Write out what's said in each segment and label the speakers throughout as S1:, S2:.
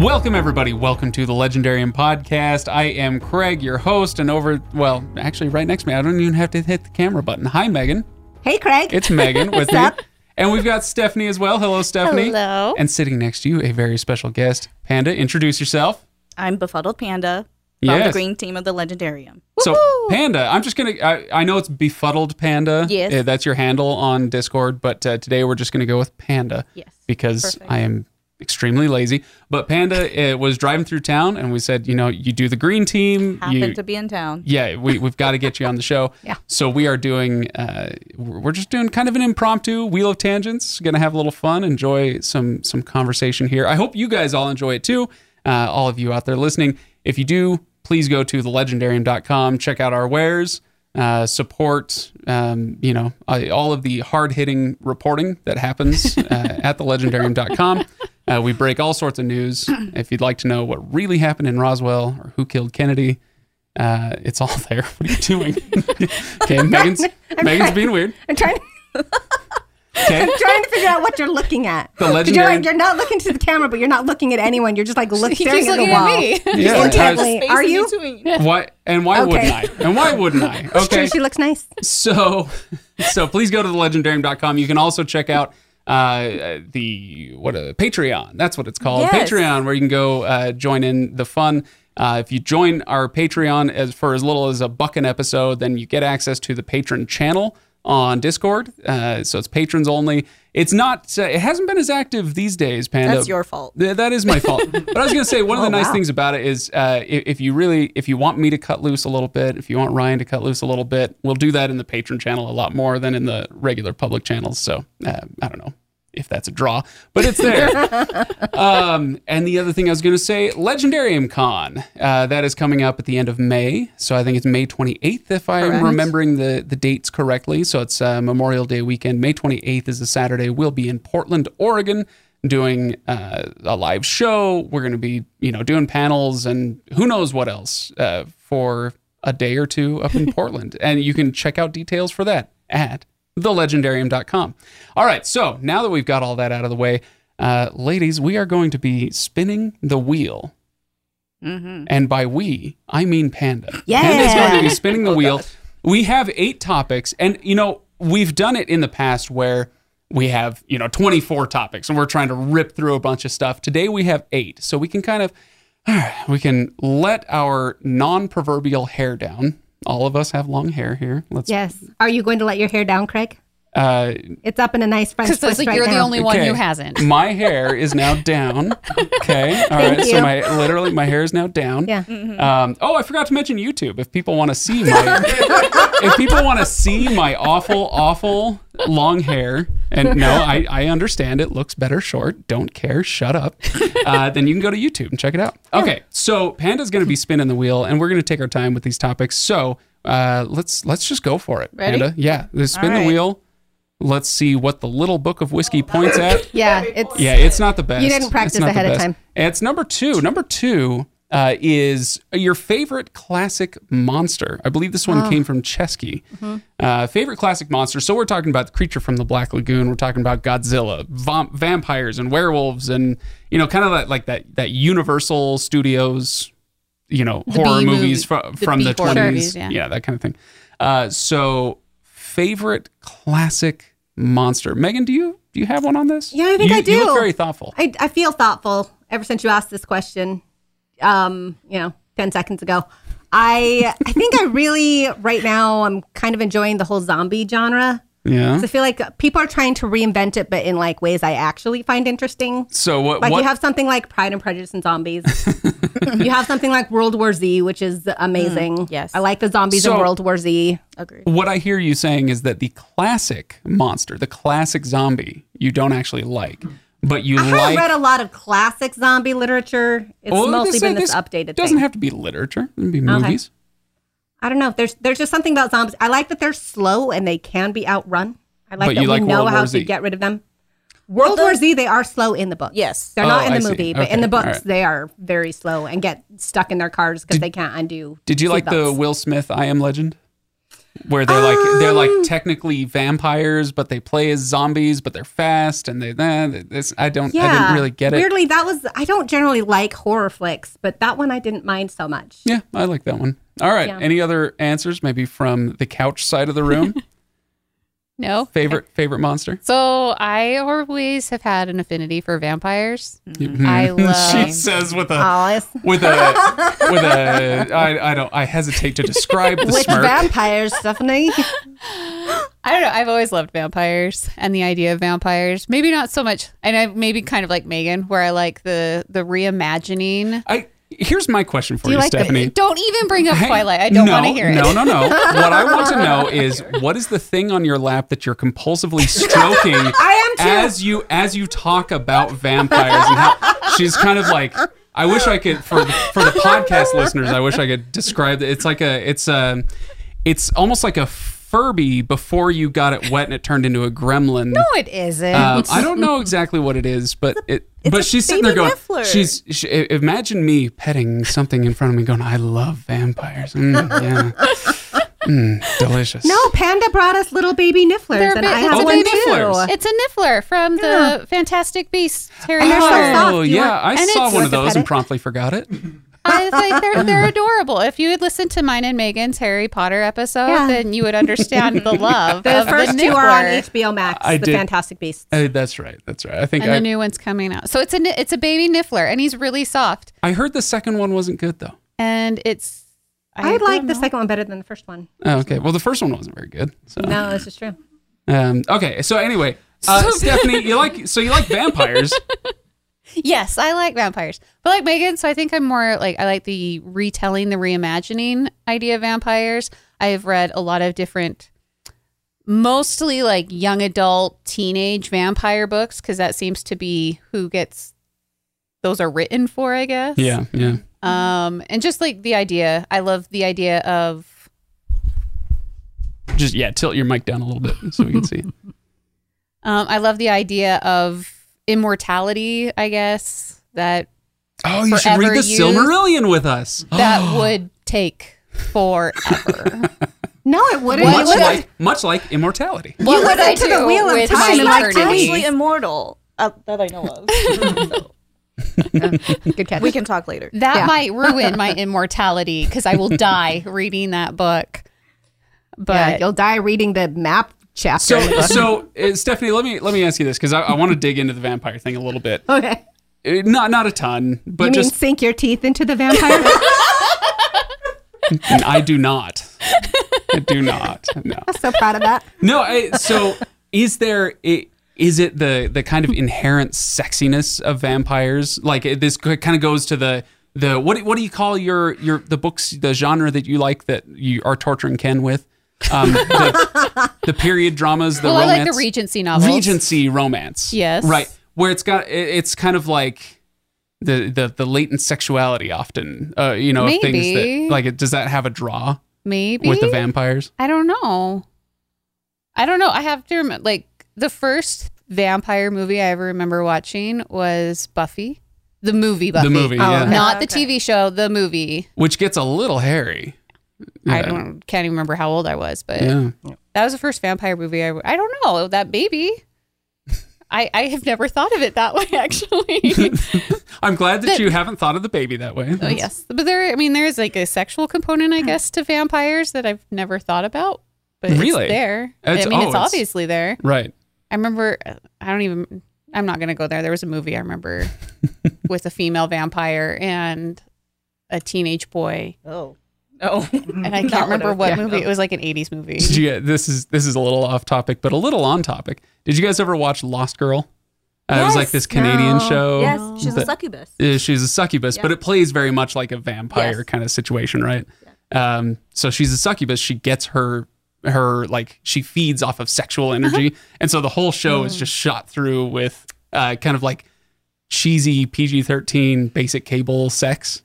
S1: Welcome, everybody. Welcome to the Legendarium Podcast. I am Craig, your host, and over, well, actually, right next to me, I don't even have to hit the camera button. Hi, Megan.
S2: Hey, Craig.
S1: It's Megan with me. And we've got Stephanie as well. Hello, Stephanie.
S3: Hello.
S1: And sitting next to you, a very special guest, Panda. Introduce yourself.
S3: I'm Befuddled Panda from
S1: Yes.
S3: the green team of the Legendarium.
S1: So, Panda, I'm just going to, I I know it's befuddled Panda.
S3: Yes.
S1: Uh, that's your handle on Discord, but uh, today we're just going to go with Panda.
S3: Yes.
S1: Because
S3: Perfect.
S1: I am extremely lazy. But Panda uh, was driving through town and we said, you know, you do the green team.
S3: Happen
S1: You,
S3: to be in town.
S1: yeah, we, we've got to get you on the show.
S2: Yeah.
S1: So we are doing, uh, we're we're just doing kind of an impromptu wheel of tangents. Going to have a little fun, enjoy some some conversation here. I hope you guys all enjoy it too. Uh, all of you out there listening, if you do, please go to thelegendarium.com, check out our wares, uh, support, um, you know, uh, all of the hard hitting reporting that happens uh, at thelegendarium.com. Uh, we break all sorts of news. If you'd like to know what really happened in Roswell or who killed Kennedy, uh, it's all there. What are you doing? okay, Megan's, Megan's being weird.
S2: I'm trying to,
S1: Okay,
S2: trying to figure out what you're looking at.
S1: The
S2: 'Cause You're,
S1: legendary-
S2: like, you're not looking to the camera, but you're not looking at anyone. You're just like look,
S3: He's
S2: staring
S3: just
S2: at the
S3: looking
S2: wall.
S3: at me.
S1: Yeah, I-
S2: Intently.
S3: Space
S2: Are
S3: in
S2: you?
S3: between.
S1: why and why
S2: Okay.
S1: wouldn't I? And why wouldn't I?
S2: Sure,
S1: Okay,
S2: she looks nice.
S1: so so please go to thelegendarium.com. You can also check out uh, the what a Patreon. That's what it's called,
S3: Yes.
S1: Patreon, where you can go uh, join in the fun. Uh, if you join our Patreon as for as little as a buck an episode, then you get access to the patron channel on Discord. Uh, so it's patrons only. It's not. Uh, it hasn't been as active these days, Panda.
S3: That's your fault. Oh,
S1: Th- that is my fault. but I was going to say one of the nice things about it is uh, i- if, you really if you want me to cut loose a little bit, if you want Ryan to cut loose a little bit, we'll do that in the patron channel a lot more than in the regular public channels. So uh, I don't know if that's a draw, but it's there. um, and the other thing I was going to say, Legendarium Con uh, that is coming up at the end of May. So I think it's May 28th if I am
S3: Correct.
S1: remembering the the dates correctly. So it's uh, Memorial Day weekend. May 28th is a Saturday. We'll be in Portland, Oregon doing uh, a live show. We're going to be, you know, doing panels and who knows what else uh, for a day or two up in Portland. And you can check out details for that at thelegendarium.com. All right. So now that we've got all that out of the way, uh, ladies, we are going to be spinning the wheel.
S3: Mm-hmm.
S1: And by we, I mean Panda.
S2: Yeah.
S1: Panda's going to be spinning the wheel. We have eight topics, and you know we've done it in the past where we have you know 24 topics, and we're trying to rip through a bunch of stuff. Today we have eight, so we can kind of we can let our non-proverbial hair down. All of us have long hair here. Let's.
S2: Yes. Are you going to let your hair down, Craig?
S1: Uh,
S2: It's up in a nice French
S4: Because
S2: twist right
S4: you're the
S2: now.
S4: only one
S1: okay.
S4: who hasn't.
S1: My hair is now down. Okay. All right. So
S2: you.
S1: my literally my hair is now down.
S2: Yeah.
S3: Mm-hmm.
S1: Um, oh, I forgot to mention YouTube. If people want to see my, if people want to see my awful, awful long hair, and no, I, I understand it looks better short. Don't care. Shut up. Uh, then you can go to YouTube and check it out. Okay, so Panda's going to be spinning the wheel, and we're going to take our time with these topics. So uh, let's let's just go for it,
S3: Ready?
S1: Panda. Yeah, let's spin the
S3: right.
S1: wheel. Let's see what the little book of whiskey points at.
S2: Yeah. It's
S1: Yeah, it's not the best.
S2: didn't
S1: It's
S2: practice
S1: not the
S2: ahead of
S1: best.
S2: time.
S1: It's number two. Number two uh, is your favorite classic monster. I believe this one
S4: Oh.
S1: came from Chesky.
S4: Mm-hmm.
S1: Uh, favorite classic monster. So we're talking about the creature from the Black Lagoon. We're talking about Godzilla, vom- vampires, and werewolves, and you know, kind of that, like that that Universal Studios, you know, horror
S4: B movie-
S1: movies fro-
S4: the
S1: from
S4: B
S1: the
S4: horror
S1: twenties.
S4: movies, yeah.
S1: that kind of thing. Uh, so favorite classic monster. Megan, do you do you have one on this?
S2: Yeah, I think
S1: You-
S2: I
S1: You look
S2: do.
S1: very thoughtful.
S2: I, I feel thoughtful ever since you asked this question. Um, you know, ten seconds ago. I I think I really right now I'm kind of enjoying the whole zombie genre.
S1: Yeah.
S2: 'Cause I feel like people are trying to reinvent it, but in like ways I actually find interesting.
S1: So what?
S2: Like
S1: what
S2: you have something like Pride and Prejudice and Zombies. you have something like World War Z, which is amazing.
S3: Mm, yes.
S2: I like the zombies
S1: So-
S2: in World War Z.
S3: Agreed.
S1: what I hear you saying is that the classic monster, the classic zombie, you don't actually like, but you
S2: I haven't
S1: like.
S2: read a lot of classic zombie literature. It's
S1: Well,
S2: mostly
S1: this-
S2: been this,
S1: this
S2: updated
S1: Doesn't
S2: thing.
S1: have to be literature. It can be movies.
S2: I don't know. There's there's just something about zombies. I like that they're slow and they can be outrun. I like
S1: But you
S2: that we
S1: like
S2: know
S1: World
S2: how
S1: War
S2: to
S1: Z.
S2: get rid of them. World War Z, they are slow in the book.
S3: Yes.
S2: They're
S1: Oh,
S2: not in
S1: I
S2: the
S1: see.
S2: movie, but in
S1: Okay,
S2: the books,
S1: all right.
S2: they are very slow and get stuck in their cars because they can't undo.
S1: Did you like the
S2: seatbelts.
S1: Will Smith I Am Legend? where they're like they're like
S2: Um.
S1: technically vampires, but they play as zombies, but they're fast and they nah, this I don't I didn't really get it.
S2: Weirdly, that was I don't generally like horror flicks, but that one I didn't mind so much.
S1: Yeah, I like that one. All right.
S2: Yeah.
S1: Any other answers? Maybe from the couch side of the room.
S4: No.
S1: favorite favorite monster.
S4: So I always have had an affinity for vampires.
S2: Mm.
S4: I
S1: she
S4: love.
S1: says with a
S2: Oh, it's-
S1: with a with a I, I don't I hesitate to describe the
S2: with
S1: smirk.
S2: vampires, Stephanie.
S4: I don't know. I've always loved vampires and the idea of vampires. Maybe not so much, and I maybe kind of like Megan, where I like the the reimagining.
S1: I here's my question for
S4: Do you
S1: you,
S4: like the-
S1: Stephanie.
S4: don't even bring up
S1: Hey,
S4: Twilight. I don't
S1: no,
S4: want to hear it.
S1: No, no, no. What I want to know is what is the thing on your lap that you're compulsively stroking
S2: I am too.
S1: as you as you talk about vampires and how she's kind of like I wish I could for for the podcast listeners, I wish I could describe it. It's like a it's a it's almost like a Furby before you got it wet and it turned into a gremlin.
S4: No, it isn't.
S1: Um, I don't know exactly what it is, but it. but
S3: a
S1: she's sitting there
S3: baby
S1: going,
S3: Niffler.
S1: "She's she, i- imagine me petting something in front of me, going, I love vampires. Mm, yeah, mm, delicious.
S2: No, Panda brought us little baby nifflers,
S4: They're
S2: and
S4: ba-
S2: I have
S1: Oh,
S2: one
S1: they're nifflers.
S2: too.
S4: it's a niffler from the Fantastic Beasts. Harry
S2: And they're so
S4: Potter.
S2: soft.
S1: Oh
S2: You
S1: yeah,
S2: want-
S1: I
S4: and
S1: saw
S4: it's-
S1: one
S2: Worth
S1: of
S2: a
S1: those
S2: pet
S1: and
S2: it?
S1: promptly forgot it.
S4: I think they're they're adorable. If you had listened to mine and Megan's Harry Potter episode,
S2: Yeah.
S4: then you would understand the love.
S2: The
S4: of
S2: first
S4: the
S2: two are on
S4: Nibbler.
S2: HBO Max.
S1: I
S2: the
S1: did-
S2: Fantastic Beasts.
S1: Uh, that's right. That's right. I think
S4: and the
S1: I,
S4: new one's coming out. So it's a ni- it's a baby niffler, and he's really soft,
S1: I heard the second one wasn't good though.
S4: and it's.
S2: I,
S4: don't
S2: like the
S4: know.
S2: second one better than the first one.
S1: Oh, okay. Well, the first one wasn't very good. So
S2: No, this is true.
S1: um, okay. So anyway, uh, Stephanie, you like so you like vampires.
S4: Yes, I like vampires, but like Megan, so I think I'm more like I like the retelling, the reimagining idea of vampires. I've read a lot of different, mostly like young adult, teenage vampire books because that seems to be who gets those are written for, I guess.
S1: yeah, yeah.
S4: Um, and just like the idea, I love the idea of
S1: Just yeah, tilt your mic down a little bit so we can see.
S4: um, I love the idea of immortality. I guess that
S1: Oh, you should read
S4: Forever
S1: the
S4: Youth.
S1: Silmarillion with us.
S4: that would take forever.
S2: No, it wouldn't. It
S4: What
S1: much
S4: would
S2: wouldn't.
S4: I-
S1: like much like immortality.
S4: What
S2: You
S4: would
S2: listen
S4: I
S2: to
S4: do
S2: the Wheel of
S4: with
S2: Time
S4: my
S2: like
S4: eternity?
S2: Denise.
S3: actually immortal uh, that I know of. So,
S2: Good catch.
S3: we can talk later.
S4: That
S2: Yeah.
S4: might ruin my immortality because I will die reading that book.
S2: Yeah,
S4: But
S2: you'll die reading the map chapter.
S1: So,
S2: in the book.
S1: so uh, Stephanie, let me let me ask you this because I, I want to dig into the vampire thing a little bit. Uh,
S2: okay.
S1: Not not a ton, but
S2: You mean
S1: just
S2: sink your teeth into the vampire?
S1: I do not. I do not. No.
S2: so proud of that.
S1: No, I, so is there i- is it the the kind of inherent sexiness of vampires? Like it- this kind of goes to the the what do- what do you call your your the books the genre that you like that you are torturing Ken with? Um, the, the period dramas, the
S4: well,
S1: romance.
S4: I like the Regency novels.
S1: Regency romance.
S4: Yes.
S1: Right. Where it's got i- it's kind of like the the, the latent sexuality often. Uh, you know, of things that
S4: Maybe.
S1: like it, does that have a draw
S4: maybe
S1: with the vampires?
S4: I don't know. I don't know. I have to remember. Like the first vampire movie I ever remember watching was Buffy, the movie Buffy, Um,
S1: The movie,
S2: Oh,
S1: yeah.
S2: okay.
S4: not
S3: Okay.
S4: the TV show, the movie.
S1: Which gets a little hairy.
S4: I
S1: Yeah.
S4: don't can't even remember how old I was, but
S1: Yeah.
S4: that was the first vampire movie I. I don't know that baby. I, I have never thought of it that way actually.
S1: I'm glad that you haven't thought of the baby that way.
S4: Oh yes, but there. I mean, there is like a sexual component, I guess, to vampires that I've never thought about. But
S1: Really?
S4: it's there.
S1: It's-
S4: I mean,
S1: oh,
S4: it's
S1: it's-
S4: obviously there.
S1: Right.
S4: I remember. uh, I don't even. I'm not gonna go there. There was a movie I remember with a female vampire and a teenage boy,
S3: Oh. Oh.
S4: and I can't remember what movie. It was like an '80s movie.
S1: Did you, this is this is a little off topic, but a little on topic. Did you guys ever watch Lost Girl? Uh, It was like this Canadian show.
S3: Yes, she's a
S1: that-
S3: succubus.
S1: uh, she's a succubus, but it plays very much like a vampire
S3: Yes.
S1: kind of situation, right? Um, so she's a succubus. She gets her her like she feeds off of sexual energy, and so the whole show is just shot through with uh, kind of like cheesy PG thirteen basic cable sex.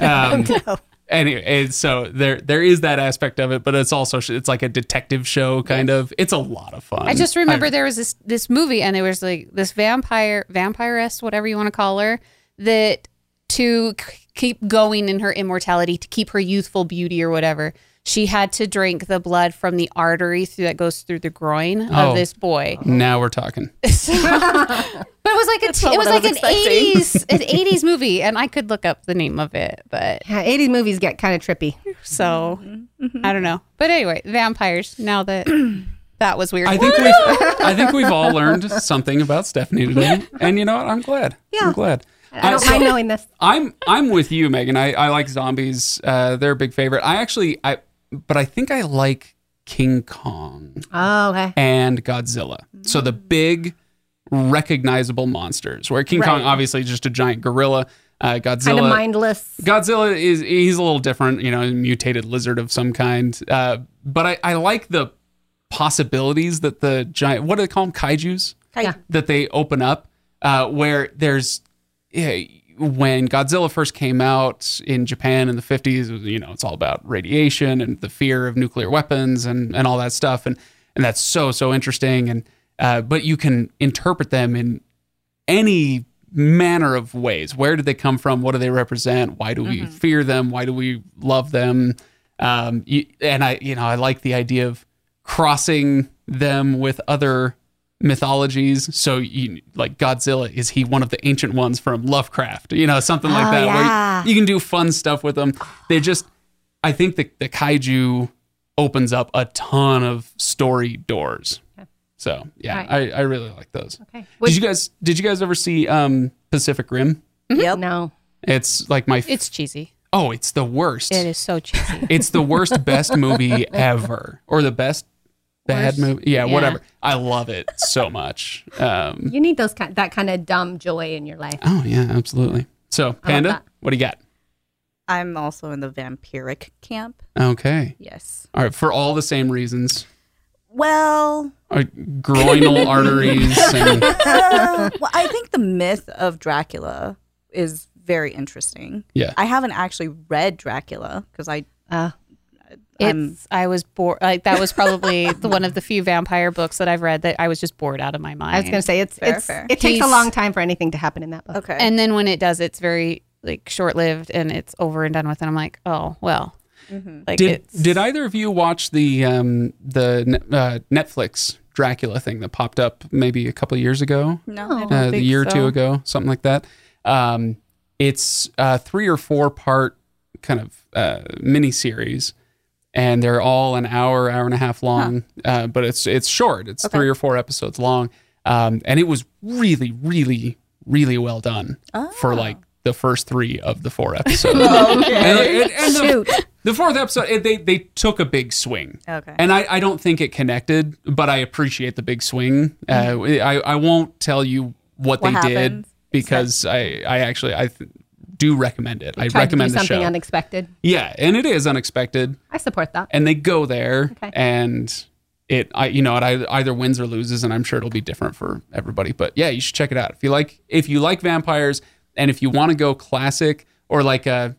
S1: Um,
S3: Oh,
S1: And, it- and so there there is that aspect of it, but it's also it's like a detective show kind of. It's a lot of fun.
S4: I just remember there was this this movie, and there was like this vampire vampiress, whatever you want to call her, that to k- keep going in her immortality, to keep her youthful beauty or whatever, she had to drink the blood from the artery through, that goes through the groin
S1: Oh.
S4: of this boy.
S1: Now we're talking.
S4: So- but it was like a t-
S3: not
S4: it was
S3: what I
S4: like
S3: was
S4: an
S3: expecting.
S4: eighties an eighties movie, and I could look up the name of it, but
S2: Yeah, 80s movies get kind of trippy.
S4: so I don't know. But anyway, vampires. Now that that was weird.
S1: I think we've I think we've all learned something about Stephanie today, and you know what? I'm glad. I'm
S2: Yeah.
S1: glad.
S2: I
S1: Uh,
S2: don't
S1: so-
S2: mind knowing this.
S1: I'm I'm with you, Megan. I, I like zombies. Uh, they're a big favorite. I actually I but I think I like King Kong
S2: Oh, okay.
S1: and Godzilla. So the
S2: Mm.
S1: big recognizable monsters. Where King Kong obviously just a giant gorilla. Uh, Godzilla
S2: Kind of mindless.
S1: Godzilla is he's a little different, you know, a mutated lizard of some kind. Uh, but I, I like the possibilities that the giant what do they call them kaiju's
S2: Yeah.
S1: that they open up uh, where there's yeah, when Godzilla first came out in Japan in the 50s, it was, you know, it's all about radiation and the fear of nuclear weapons and, and all that stuff. And, and that's so, so interesting. And, uh, but you can interpret them in any manner of ways. Where did they come from? What do they represent? Why do we
S2: Mm-hmm.
S1: fear them? Why do we love them? Um, you, and I, you know, I like the idea of crossing them with other mythologies. So, you, like Godzilla, is he one of the ancient ones from Lovecraft? You know, something like
S2: Oh,
S1: that. where you-
S2: yeah.
S1: you, can do fun stuff with them. They just, I think the, the kaiju opens up a ton of story doors. So yeah,
S2: Right.
S1: I, I really like those
S2: Okay.
S1: did you guys did you guys ever see um Pacific Rim?
S3: Yep.
S2: No.
S1: It's like my f-
S4: it's cheesy.
S1: oh, it's the worst.
S4: It is so cheesy.
S1: It's the worst best movie ever or the best bad
S4: Worst?
S1: movie. Yeah,
S4: Yeah.
S1: whatever. I love it so much. Um
S2: You need those kind, that kind of dumb joy in your life.
S1: oh yeah, absolutely. So, Panda,
S2: that.
S1: what do you got?
S3: I'm also in the vampiric camp.
S1: Okay.
S3: Yes.
S1: All right, for all the same reasons.
S3: Well,
S1: Uh, groinal arteries and
S3: uh, well, I think the myth of Dracula is very interesting.
S1: yeah.
S3: I haven't actually read Dracula because I
S2: Uh,
S3: I'm,
S4: It's, I was bored. Like that was probably the, one of the few vampire books that I've read that I was just bored out of my mind.
S2: I was going to say it's,
S3: Fair,
S2: it's
S3: fair.
S2: it takes a
S4: He's-
S2: long time for anything to happen in that book.
S3: okay.
S4: and then when it does, it's very like short lived and it's over and done with. And I'm like, oh well. Like
S1: Did
S4: it's,
S1: did either of you watch the um the ne- uh, Netflix Dracula thing that popped up maybe a couple years ago?
S3: no,
S2: Oh.
S3: I don't
S1: uh, the
S3: think
S1: year or
S3: so.
S1: two ago, something like that. Um, it's a three or four part kind of uh, mini series, and they're all an hour, hour and a half long. Uh, but it's it's short. It's three or four episodes long, um, and it was really, really, really well done
S3: Ah.
S1: for like the first three of the four episodes. And, and- and
S2: Shoot.
S1: the, the fourth episode, it, they they took a big swing.
S3: Okay.
S1: And I, I don't think it connected, but I appreciate the big swing. Uh,
S2: Mm-hmm.
S1: I, I won't tell you what,
S3: What
S1: they did
S3: happens.
S1: because I, I actually I th- do recommend it. I
S2: Tried to do
S1: recommend the
S2: something
S1: show.
S2: unexpected.
S1: yeah, and it is unexpected,
S2: I support that.
S1: and they go there,
S2: Okay.
S1: and it I you know it ei- either wins or loses, and I'm sure it'll be different for everybody. But yeah, you should check it out if you like if you like vampires, and if you want to go classic or like a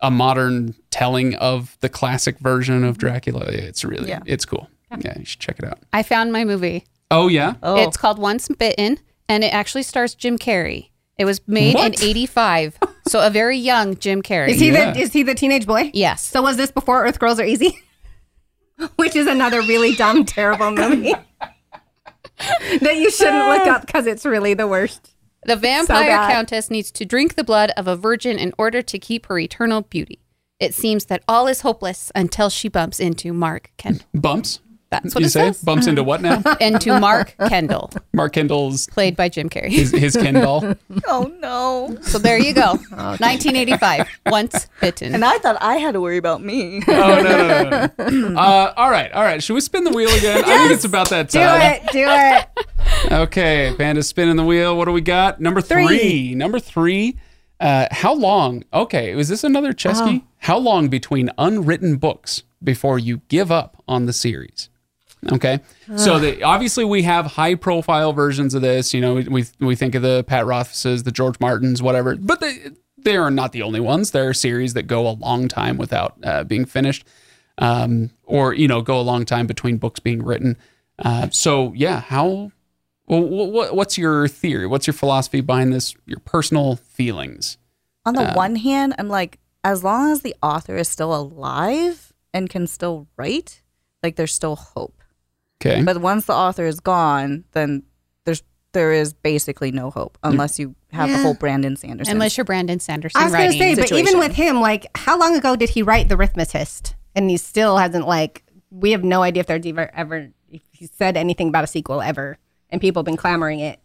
S1: a modern telling of the classic version of Dracula. It's really
S3: Yeah.
S1: it's cool. Yeah, you should check it out.
S4: I found my movie.
S1: Oh yeah.
S3: Oh,
S4: It's called Once Bitten, and it actually stars Jim Carrey. It was made
S1: What?
S4: in '85, so a very young Jim Carrey.
S2: Is he
S1: Yeah.
S2: the is he the teenage boy?
S4: Yes.
S2: So was this before Earth Girls Are Easy? Which is another really dumb, terrible movie that you shouldn't look up because it's really the worst.
S4: The vampire
S2: bad.
S4: countess needs to drink the blood of a virgin in order to keep her eternal beauty. It seems that all is hopeless until she bumps into Mark Kendall.
S1: Bumps.
S4: That's what
S1: you
S4: it
S1: say.
S4: says.
S1: Bumps into what now?
S4: Into Mark Kendall,
S1: Mark Kendall's
S4: played by Jim Carrey.
S1: his, his Ken doll.
S3: oh no.
S4: So there you go. 1985, once bitten.
S3: And I thought I had to worry about me.
S1: Oh no no no. no, no. Uh, all right, all right. Should we spin the wheel again? I think it's about that
S2: Do
S1: time.
S2: it, do it.
S1: Okay, Panda spinning the wheel. What do we got? Number three. Number three. Uh, how long? Okay, is this another Chesky? How long between unwritten books before you give up on the series? Okay, so the, obviously we have high-profile versions of this. You know, we, we we think of the Pat Rothfuses, the George Martins, whatever. But they they are not the only ones. There are series that go a long time without uh, being finished, um, or you know, go a long time between books being written. Uh, so yeah, how well, what, what's your theory? What's your philosophy behind this? Your personal feelings?
S3: On the one hand, I'm like, as long as the author is still alive and can still write, like there's still hope.
S1: Okay.
S3: But once the author is gone, then there's there is basically no hope
S1: Hmm.
S3: unless you have the
S2: Yeah.
S3: whole Brandon Sanderson.
S4: Unless you're Brandon Sanderson
S2: I was going to
S4: writing.
S2: say, but
S3: situation.
S2: even with him, like, how long ago did he write The Rhythmist? And he still hasn't, like, we have no idea if there's ever, ever if he said anything about a sequel ever. And people have been clamoring it,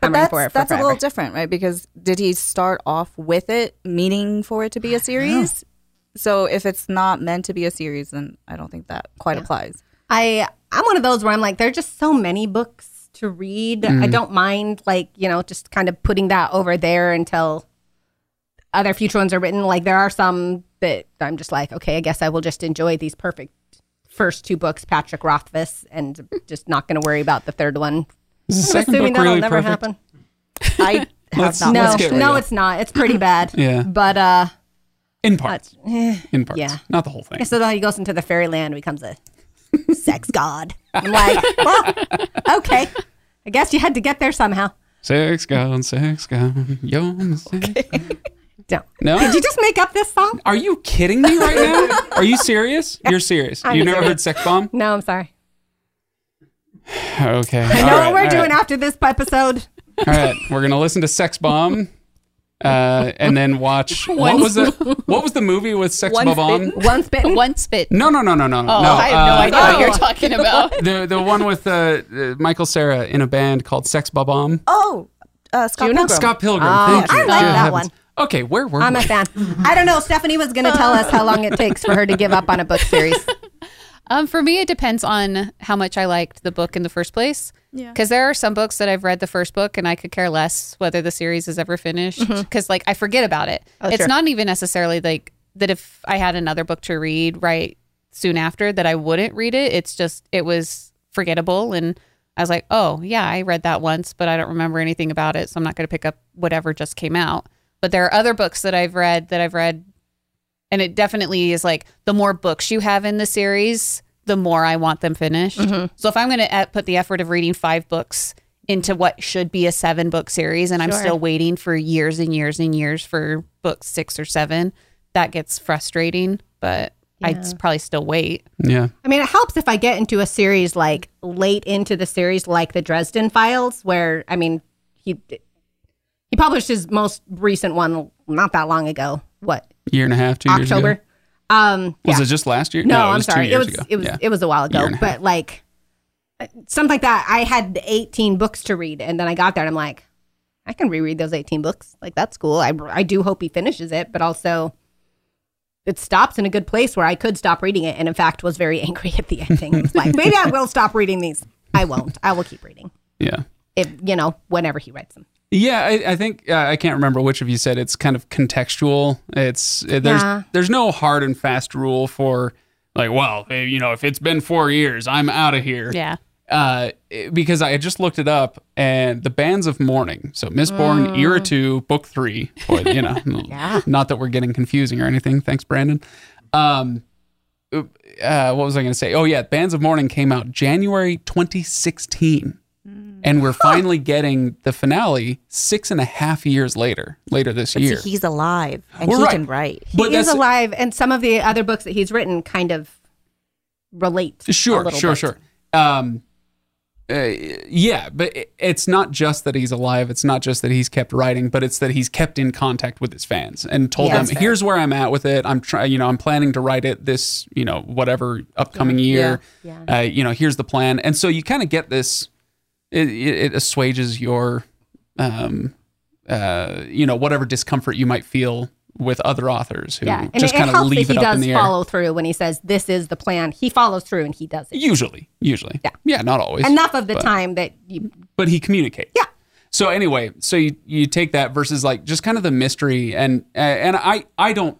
S3: But
S2: clamoring
S3: that's,
S2: for it for
S3: that's a
S2: forever.
S3: little different, right? Because did he start off with it meaning for it to be a series? So if it's not meant to be a series, then I don't think that quite applies.
S2: I, I'm one of those where I'm like, there are just so many books to read.
S1: Mm-hmm.
S2: I don't mind, like, you know, just kind of putting that over there until other future ones are written. Like, there are some that I'm just like, okay, I guess I will just enjoy these perfect first two books, Patrick Rothfuss, and just not going to worry about the third one
S1: Is the
S2: I'm
S1: second
S2: assuming
S1: book
S2: that'll
S1: really
S2: never
S1: perfect?
S2: happen.
S3: I have
S1: Let's-
S3: not.
S2: No,
S1: let's get
S2: no,
S1: real.
S2: it's not. It's pretty bad.
S1: Yeah.
S2: But uh,
S1: In parts.
S2: eh,
S1: In parts.
S2: yeah.
S1: Not the whole thing.
S2: so then he goes into the fairyland and becomes a sex god. I'm like, well, okay. I guess you had to get there somehow.
S1: Six gone, six gone, yo. six-
S2: No.
S1: No?
S2: Did you just make up this song?
S1: Are you kidding me right now? Are you serious? You're serious.
S2: I'm
S1: you never
S2: serious.
S1: heard Sex Bomb?
S2: No, I'm sorry.
S1: Okay.
S2: I know what we're doing after this episode.
S1: All right, we're gonna listen to Sex Bomb, uh, and then watch what was the what was the movie with Sex
S3: Once
S1: Bomb?
S3: Bitten?
S2: Once bitten.
S4: One spit.
S1: No, no, no, no, no,
S4: Oh,
S1: no.
S4: I have no
S1: uh,
S4: idea what
S2: oh.
S4: you're talking about.
S1: The the one with uh, uh, Michael Sarah in a band called Sex Bomb.
S3: Oh, uh, Scott
S2: Juno?
S3: Pilgrim.
S1: Scott Pilgrim.
S2: Oh,
S1: thank you.
S2: I like
S1: Good
S2: that
S1: heavens.
S2: one.
S1: Okay, where were
S2: I'm
S1: we?
S2: a fan. I don't know. Stephanie was going to tell us how long it takes for her to give up on a book series.
S4: Um, for me, it depends on how much I liked the book in the first place.
S3: Yeah.
S4: Because there are some books that I've read the first book and I could care less whether the series is ever finished. Because like I forget about it. it's
S2: sure.
S4: not even necessarily like that. If I had another book to read right soon after, that I wouldn't read it. It's just it was forgettable and. I was like, oh, yeah, I read that once, but I don't remember anything about it. So I'm not going to pick up whatever just came out. But there are other books that I've read that I've read and it definitely is like the more books you have in the series the more i want them finished so if i'm going to put the effort of reading five books into what should be a seven book series and i'm still waiting for years and years and years for book six or seven that gets frustrating but i'd s- probably still wait
S1: Yeah.
S2: I mean, it helps if I get into a series like late into the series, like the Dresden Files, where I mean, he he published his most recent one not that long ago. What
S1: Year and a half, two years ago.
S2: October? Um,
S1: Was
S2: yeah.
S1: it just last year?
S2: no,
S1: it
S2: I'm
S1: was Two
S2: sorry. It
S1: years
S2: was
S1: ago.
S2: it was
S1: Yeah.
S2: it was a while ago,
S1: Year and a
S2: but like something like that. I had 18 books to read, and then I got there, and I'm like, I can reread those 18 books. Like that's cool. I I do hope he finishes it, but also. It stops in a good place where I could stop reading it, and in fact was very angry at the ending. It's like maybe I will stop reading these. I won't. I will keep reading
S1: yeah.
S2: if you know whenever he writes them.
S1: Yeah, I, I think uh, I can't remember which of you said it's kind of contextual. It's uh, there's
S2: Yeah.
S1: there's no hard and fast rule for like, well, eh, you know, if it's been four years, I'm out of here.
S4: yeah
S1: Uh, it- because I had just looked it up, and the bands of mourning. So Mistborn, Era Two, Book Three. Boy, you know, not that we're getting confusing or anything. Thanks, Brandon. Um, uh, what was I going to say? Oh yeah, bands of mourning came out January 2016 and we're finally getting the finale six and a half years later, later this
S3: But see,
S1: year.
S3: he's alive and
S1: Well,
S3: he
S1: right.
S3: can write.
S1: but
S2: he is
S1: that's
S2: alive, and some of the other books that he's written kind of relate. a
S1: sure,
S2: little
S1: sure,
S2: bit.
S1: sure. Um, uh, yeah, but it, it's not just that he's alive. It's not just that he's kept writing, but it's that he's kept in contact with his fans and told
S2: Yeah,
S1: them,
S2: that's fair.
S1: "Here's where I'm at with it. I'm trying. You know, I'm planning to write it this, you know, whatever upcoming year.
S2: yeah.
S1: Uh, you know, here's the plan." And so you kind of get this. It, it, it assuages your um, uh, you know, whatever discomfort you might feel with other authors who
S2: Yeah, and
S1: Mm. just
S2: it, it
S1: kind of
S2: helps that
S1: leave
S2: he
S1: it up in
S2: does
S1: the air.
S2: follow through when he says this is the plan. He follows through and he does it
S1: Usually, usually, yeah, yeah, not always.
S2: enough of the time that you.
S1: but he communicates.
S2: Yeah.
S1: So anyway, so you, you take that versus like just kind of the mystery and uh, and I I don't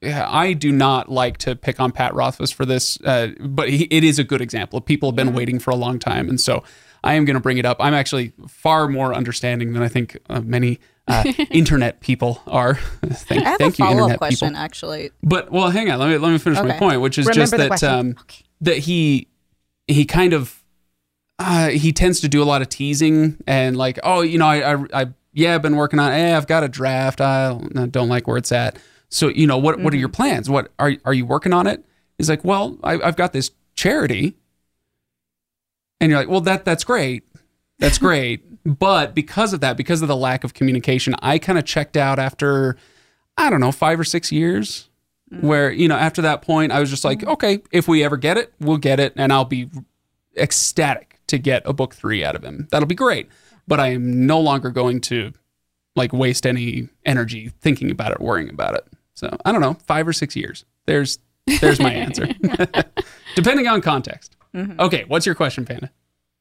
S1: yeah, I do not like to pick on Pat Rothfuss for this, uh, but he, it is a good example. People have
S3: Mm-hmm.
S1: been waiting for a long time, and so I am going to bring it up. I'm actually far more understanding than I think uh, many uh, internet people are. thank,
S3: I have
S1: thank
S3: a
S1: you,
S3: follow
S1: internet
S3: up question,
S1: people.
S3: actually.
S1: But well, hang on. Let me let me finish my
S3: Okay.
S1: point, which is
S2: Remember
S1: just
S2: the
S1: that
S2: question.
S1: um, that he he kind of uh, he tends to do a lot of teasing and like, oh, you know, I I, I yeah, I've been working on. Hey, I've got a
S2: Mm-hmm.
S1: draft. I don't, I don't like where it's at. So you know, what what are your plans? What are are you working on it? He's like, well, I, I've got this charity, and you're like, well, that that's great, that's great, but because of that, because of the lack of communication, I kind of checked out after, I don't know, five or six years, where you know after that point, I was just like, okay, if we ever get it, we'll get it, and I'll be ecstatic to get a book three out of him. That'll be great, but I am no longer going to like waste any energy thinking about it, worrying about it. So I don't know, five or six years. There's there's my answer, depending on context. Okay, what's your question, Panda?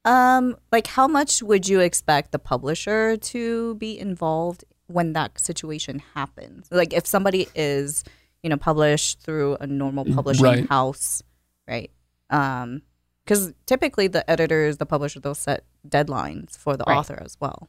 S3: Um, like how much would you expect the publisher to be involved when that situation happens? Like if somebody is, you know, published through a normal publishing
S1: Mm, Right.
S3: house, right? Um, because typically the editors, the publisher, they'll set deadlines for the author as well.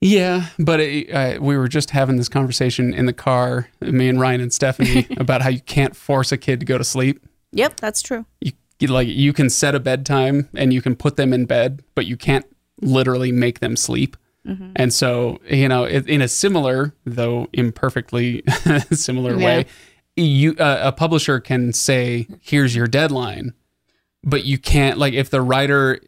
S1: Yeah, but it, uh, we were just having this conversation in the car, me and Ryan and Stephanie, about how you can't force a kid to go to sleep.
S3: Yep, that's true.
S1: You you- like you can set a bedtime and you can put them in bed, but you can't literally make them sleep. And so, you know, i- in a similar though imperfectly similar
S4: Yeah.
S1: way, you uh, a publisher can say, "Here's your deadline," but you can't like if the writer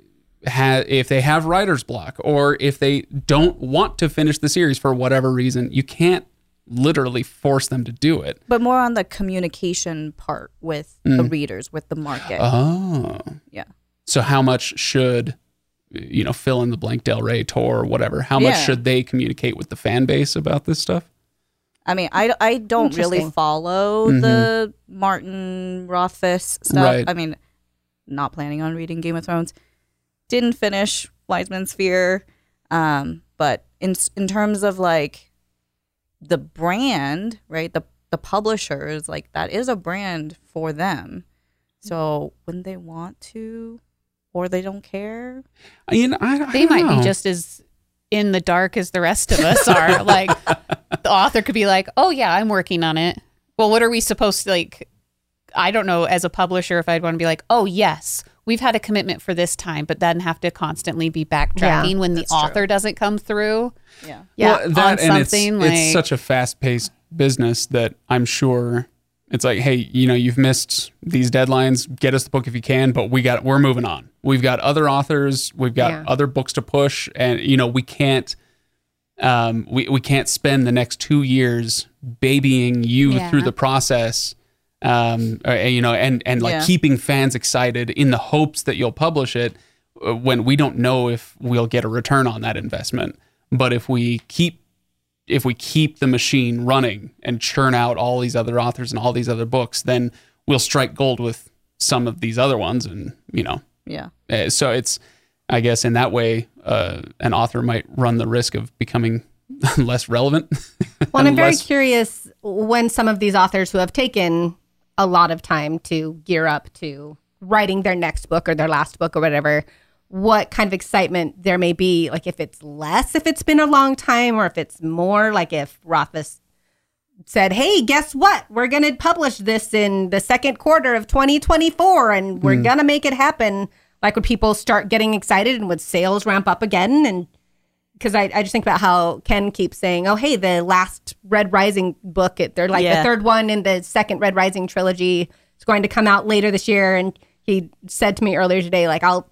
S1: ha if they have writer's block or if they don't want to finish the series for whatever reason, you can't literally force them to do it.
S3: But more on the communication part with the
S1: Mm.
S3: readers, with the market.
S1: Oh.
S3: yeah.
S1: So how much should you know fill in the blank Del Rey tour or whatever? How much
S3: Yeah.
S1: should they communicate with the fan base about this stuff?
S3: I mean, I, I don't really
S4: Interesting.
S3: follow the Martin Rothfuss stuff.
S1: Right.
S3: I mean, not planning on reading Game of Thrones. Didn't finish Wiseman's Fear. Um, but in s- in terms of like the brand, right? The the publishers, like that is a brand for them. So when they want to, or they don't care,
S1: I mean, I, I
S4: They
S1: don't
S4: might
S1: know.
S4: be just as in the dark as the rest of us are. like the author could be like, "Oh yeah, I'm working on it." Well, what are we supposed to like? I don't know as a publisher if I'd want to be like, "Oh yes, we've had a commitment for this time," but then have to constantly be backtracking when the author doesn't come through.
S3: yeah.
S4: Yeah,
S1: well, that
S4: on
S1: and it's,
S4: something
S1: it's
S4: like-
S1: such a fast-paced business that I'm sure it's like, hey, you know, you've missed these deadlines. Get us the book if you can, but we got we're moving on. We've got other authors, we've got
S2: Yeah.
S1: other books to push, and you know, we can't um, we we can't spend the next two years babying you
S4: Yeah.
S1: through the process. Um, or, you know, and and like
S3: Yeah.
S1: keeping fans excited in the hopes that you'll publish it uh, when we don't know if we'll get a return on that investment. But if we keep if we keep the machine running and churn out all these other authors and all these other books, then we'll strike gold with some of these other ones, and you know,
S3: Yeah.
S1: uh, so it's, I guess, in that way, uh, an author might run the risk of becoming less relevant.
S2: Well, and I'm very
S1: Unless-
S2: curious when some of these authors who have taken a lot of time to gear up to writing their next book or their last book or whatever, what kind of excitement there may be. Like if it's less, if it's been a long time, or if it's more, like if Rothfuss said, Hey, guess what? We're going to publish this in the second quarter of 2024 and we're going to make it happen. Like, would people start getting excited and would sales ramp up again? And because I, I just think about how Ken keeps saying, "Oh, hey, the last Red Rising book, it, they're like the
S3: Yeah.
S2: third one in the second Red Rising trilogy. It's going to come out later this year." And he said to me earlier today, like, "I'll."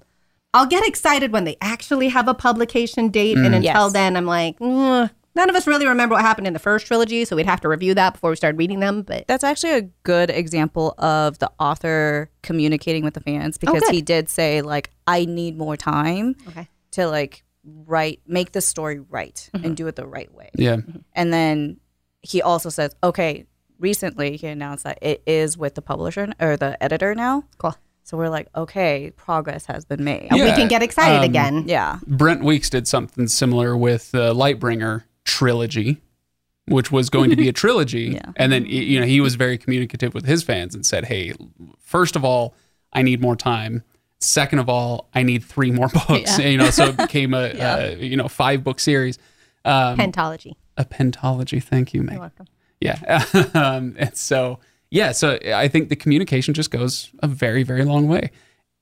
S2: I'll get excited when they actually have a publication date, and until
S3: Hmm. Yes.
S2: then, I'm like, "Mm." none of us really remember what happened in the first trilogy, so we'd have to review that before we started reading them. But
S3: That's actually a good example of the author communicating with the fans because
S2: Oh, good.
S3: he did say like I need more time
S2: okay,
S3: to like write make the story right
S2: Mm-hmm.
S3: and do it the right way.
S1: yeah,
S3: And then he also says, "Okay, recently he announced that it is with the publisher or the editor now."
S2: cool.
S3: So we're like, "Okay, progress has been made."
S2: And we
S1: Yeah,
S2: can get excited
S1: um,
S2: again.
S3: Yeah.
S1: Brent Weeks did something similar with the Lightbringer trilogy, which was going to be a trilogy,
S3: Yeah.
S1: and then y- you know he was very communicative with his fans and said, "Hey, first of all, I need more time." Second of all, I need three more books. You know, so it became a, uh, you know five book series. Um,
S2: Pentology.
S1: a pentology. Thank you, Meg.
S2: welcome.
S1: Yeah. um, and so, yeah, so I think the communication just goes a very, very long way.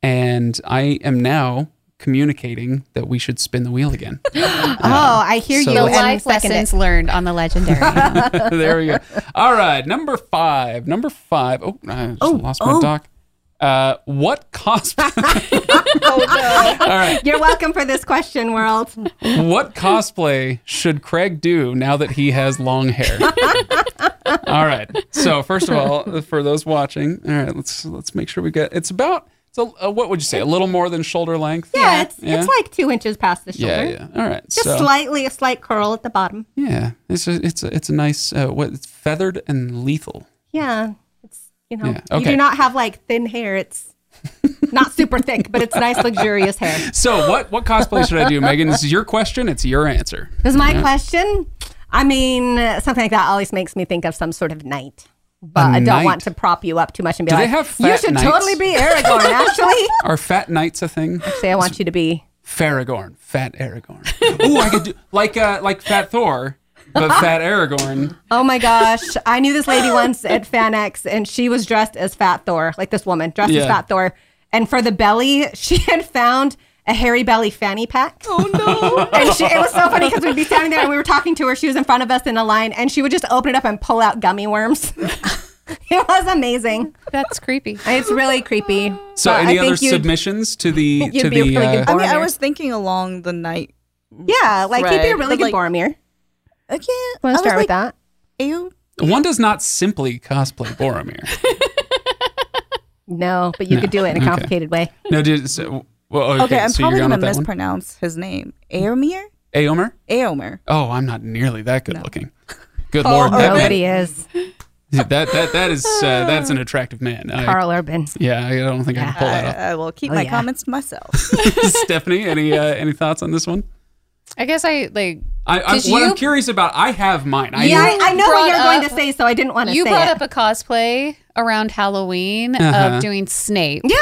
S1: And I am now communicating that we should spin the wheel again.
S2: Oh, I hear
S1: So
S2: you.
S1: The
S4: The
S2: and
S4: life
S2: second it.
S4: lessons learned on the legendary.
S1: there we go. All right, number five. Number five. Oh, I just
S2: Oh,
S1: lost my
S2: oh.
S1: doc. Uh, what cosplay?
S3: Oh
S1: All right.
S2: You're welcome for this question, world.
S1: What cosplay should Craig do now that he has long hair? all right. So first of all, for those watching, all right, let's let's make sure we get. It's about. It's a, uh, what would you say? A little more than shoulder length.
S2: Yeah, it's
S1: Yeah.
S2: it's like two inches past the shoulder.
S1: Yeah. Yeah. All right.
S2: Just
S1: so
S2: slightly a slight curl at the bottom.
S1: yeah, it's a, it's a, it's a nice uh, what it's feathered and lethal.
S2: Yeah. It's you know
S1: Yeah,
S2: you
S1: okay.
S2: do not have like thin hair. It's not super thick, but it's nice luxurious hair.
S1: So what what cosplay should I do, Megan? This is your question. It's your answer.
S2: This is my question. I mean, uh, something like that always makes me think of some sort of knight. But I I don't
S1: knight?
S2: want to prop you up too much and be
S1: Do they
S2: like,
S1: have
S2: you
S1: fat
S2: should
S1: knights?"
S2: totally be Aragorn, actually.
S1: Are fat knights a thing?
S2: Say, I want you to be.
S1: Faragorn, fat Aragorn. Ooh, I could do like uh, like fat Thor, but fat Aragorn.
S2: Oh my gosh. I knew this lady once at FanX, and she was dressed as Fat Thor, like this woman dressed
S1: Yeah.
S2: as Fat Thor. And for the belly, she had found a hairy belly fanny pack.
S1: Oh,
S3: no!
S2: And she, it was so funny because we'd be standing there and we were talking to her. She was in front of us in a line, and she would just open it up and pull out gummy worms. it was amazing.
S4: That's creepy.
S2: It's really creepy.
S1: So
S2: But
S1: any
S2: I
S1: other
S2: think you'd-
S1: submissions to the
S2: you'd
S1: to
S2: be a
S1: the?
S2: really good
S1: uh,
S2: boss.
S3: I mean, I
S2: Boromir.
S3: was thinking along the night.
S2: Yeah, like he'd be a
S3: Fred,
S2: really
S3: but,
S2: good
S3: like-
S2: Boromir.
S3: I can't.
S2: Want
S3: I
S2: to
S3: was
S2: start
S3: like,
S2: with that?
S3: "Ew."
S1: one does not simply cosplay Boromir.
S2: No, but you could do it in a
S1: okay.
S2: complicated way.
S1: No, dude. So, well, okay,
S3: Okay, I'm
S1: so
S3: probably
S1: you're going
S3: gonna
S1: with that one.
S3: mispronounce his name. Aomir?
S1: Aomer?
S3: Aomer.
S1: Oh, I'm not nearly that good looking.
S2: Oh,
S1: Good lord, that, man-
S2: Nobody is
S1: that that that is uh, that's an attractive man. I,
S2: Carl Urban.
S1: yeah, I don't think I can pull that off.
S3: I, I will keep
S2: Oh,
S3: my
S2: yeah.
S3: comments to myself.
S1: Stephanie, any uh, any thoughts on this one?
S4: I guess I like
S1: I, I'm,
S4: 'Cause
S1: what I'm
S4: you-
S1: curious about, I have mine. I
S2: Yeah,
S1: know-
S2: I, I know what
S4: brought
S2: you're going to
S4: up-
S2: say, so I didn't want to say
S4: you brought
S2: it.
S4: up a cosplay around Halloween
S1: Uh-huh.
S4: of doing Snape.
S2: yeah,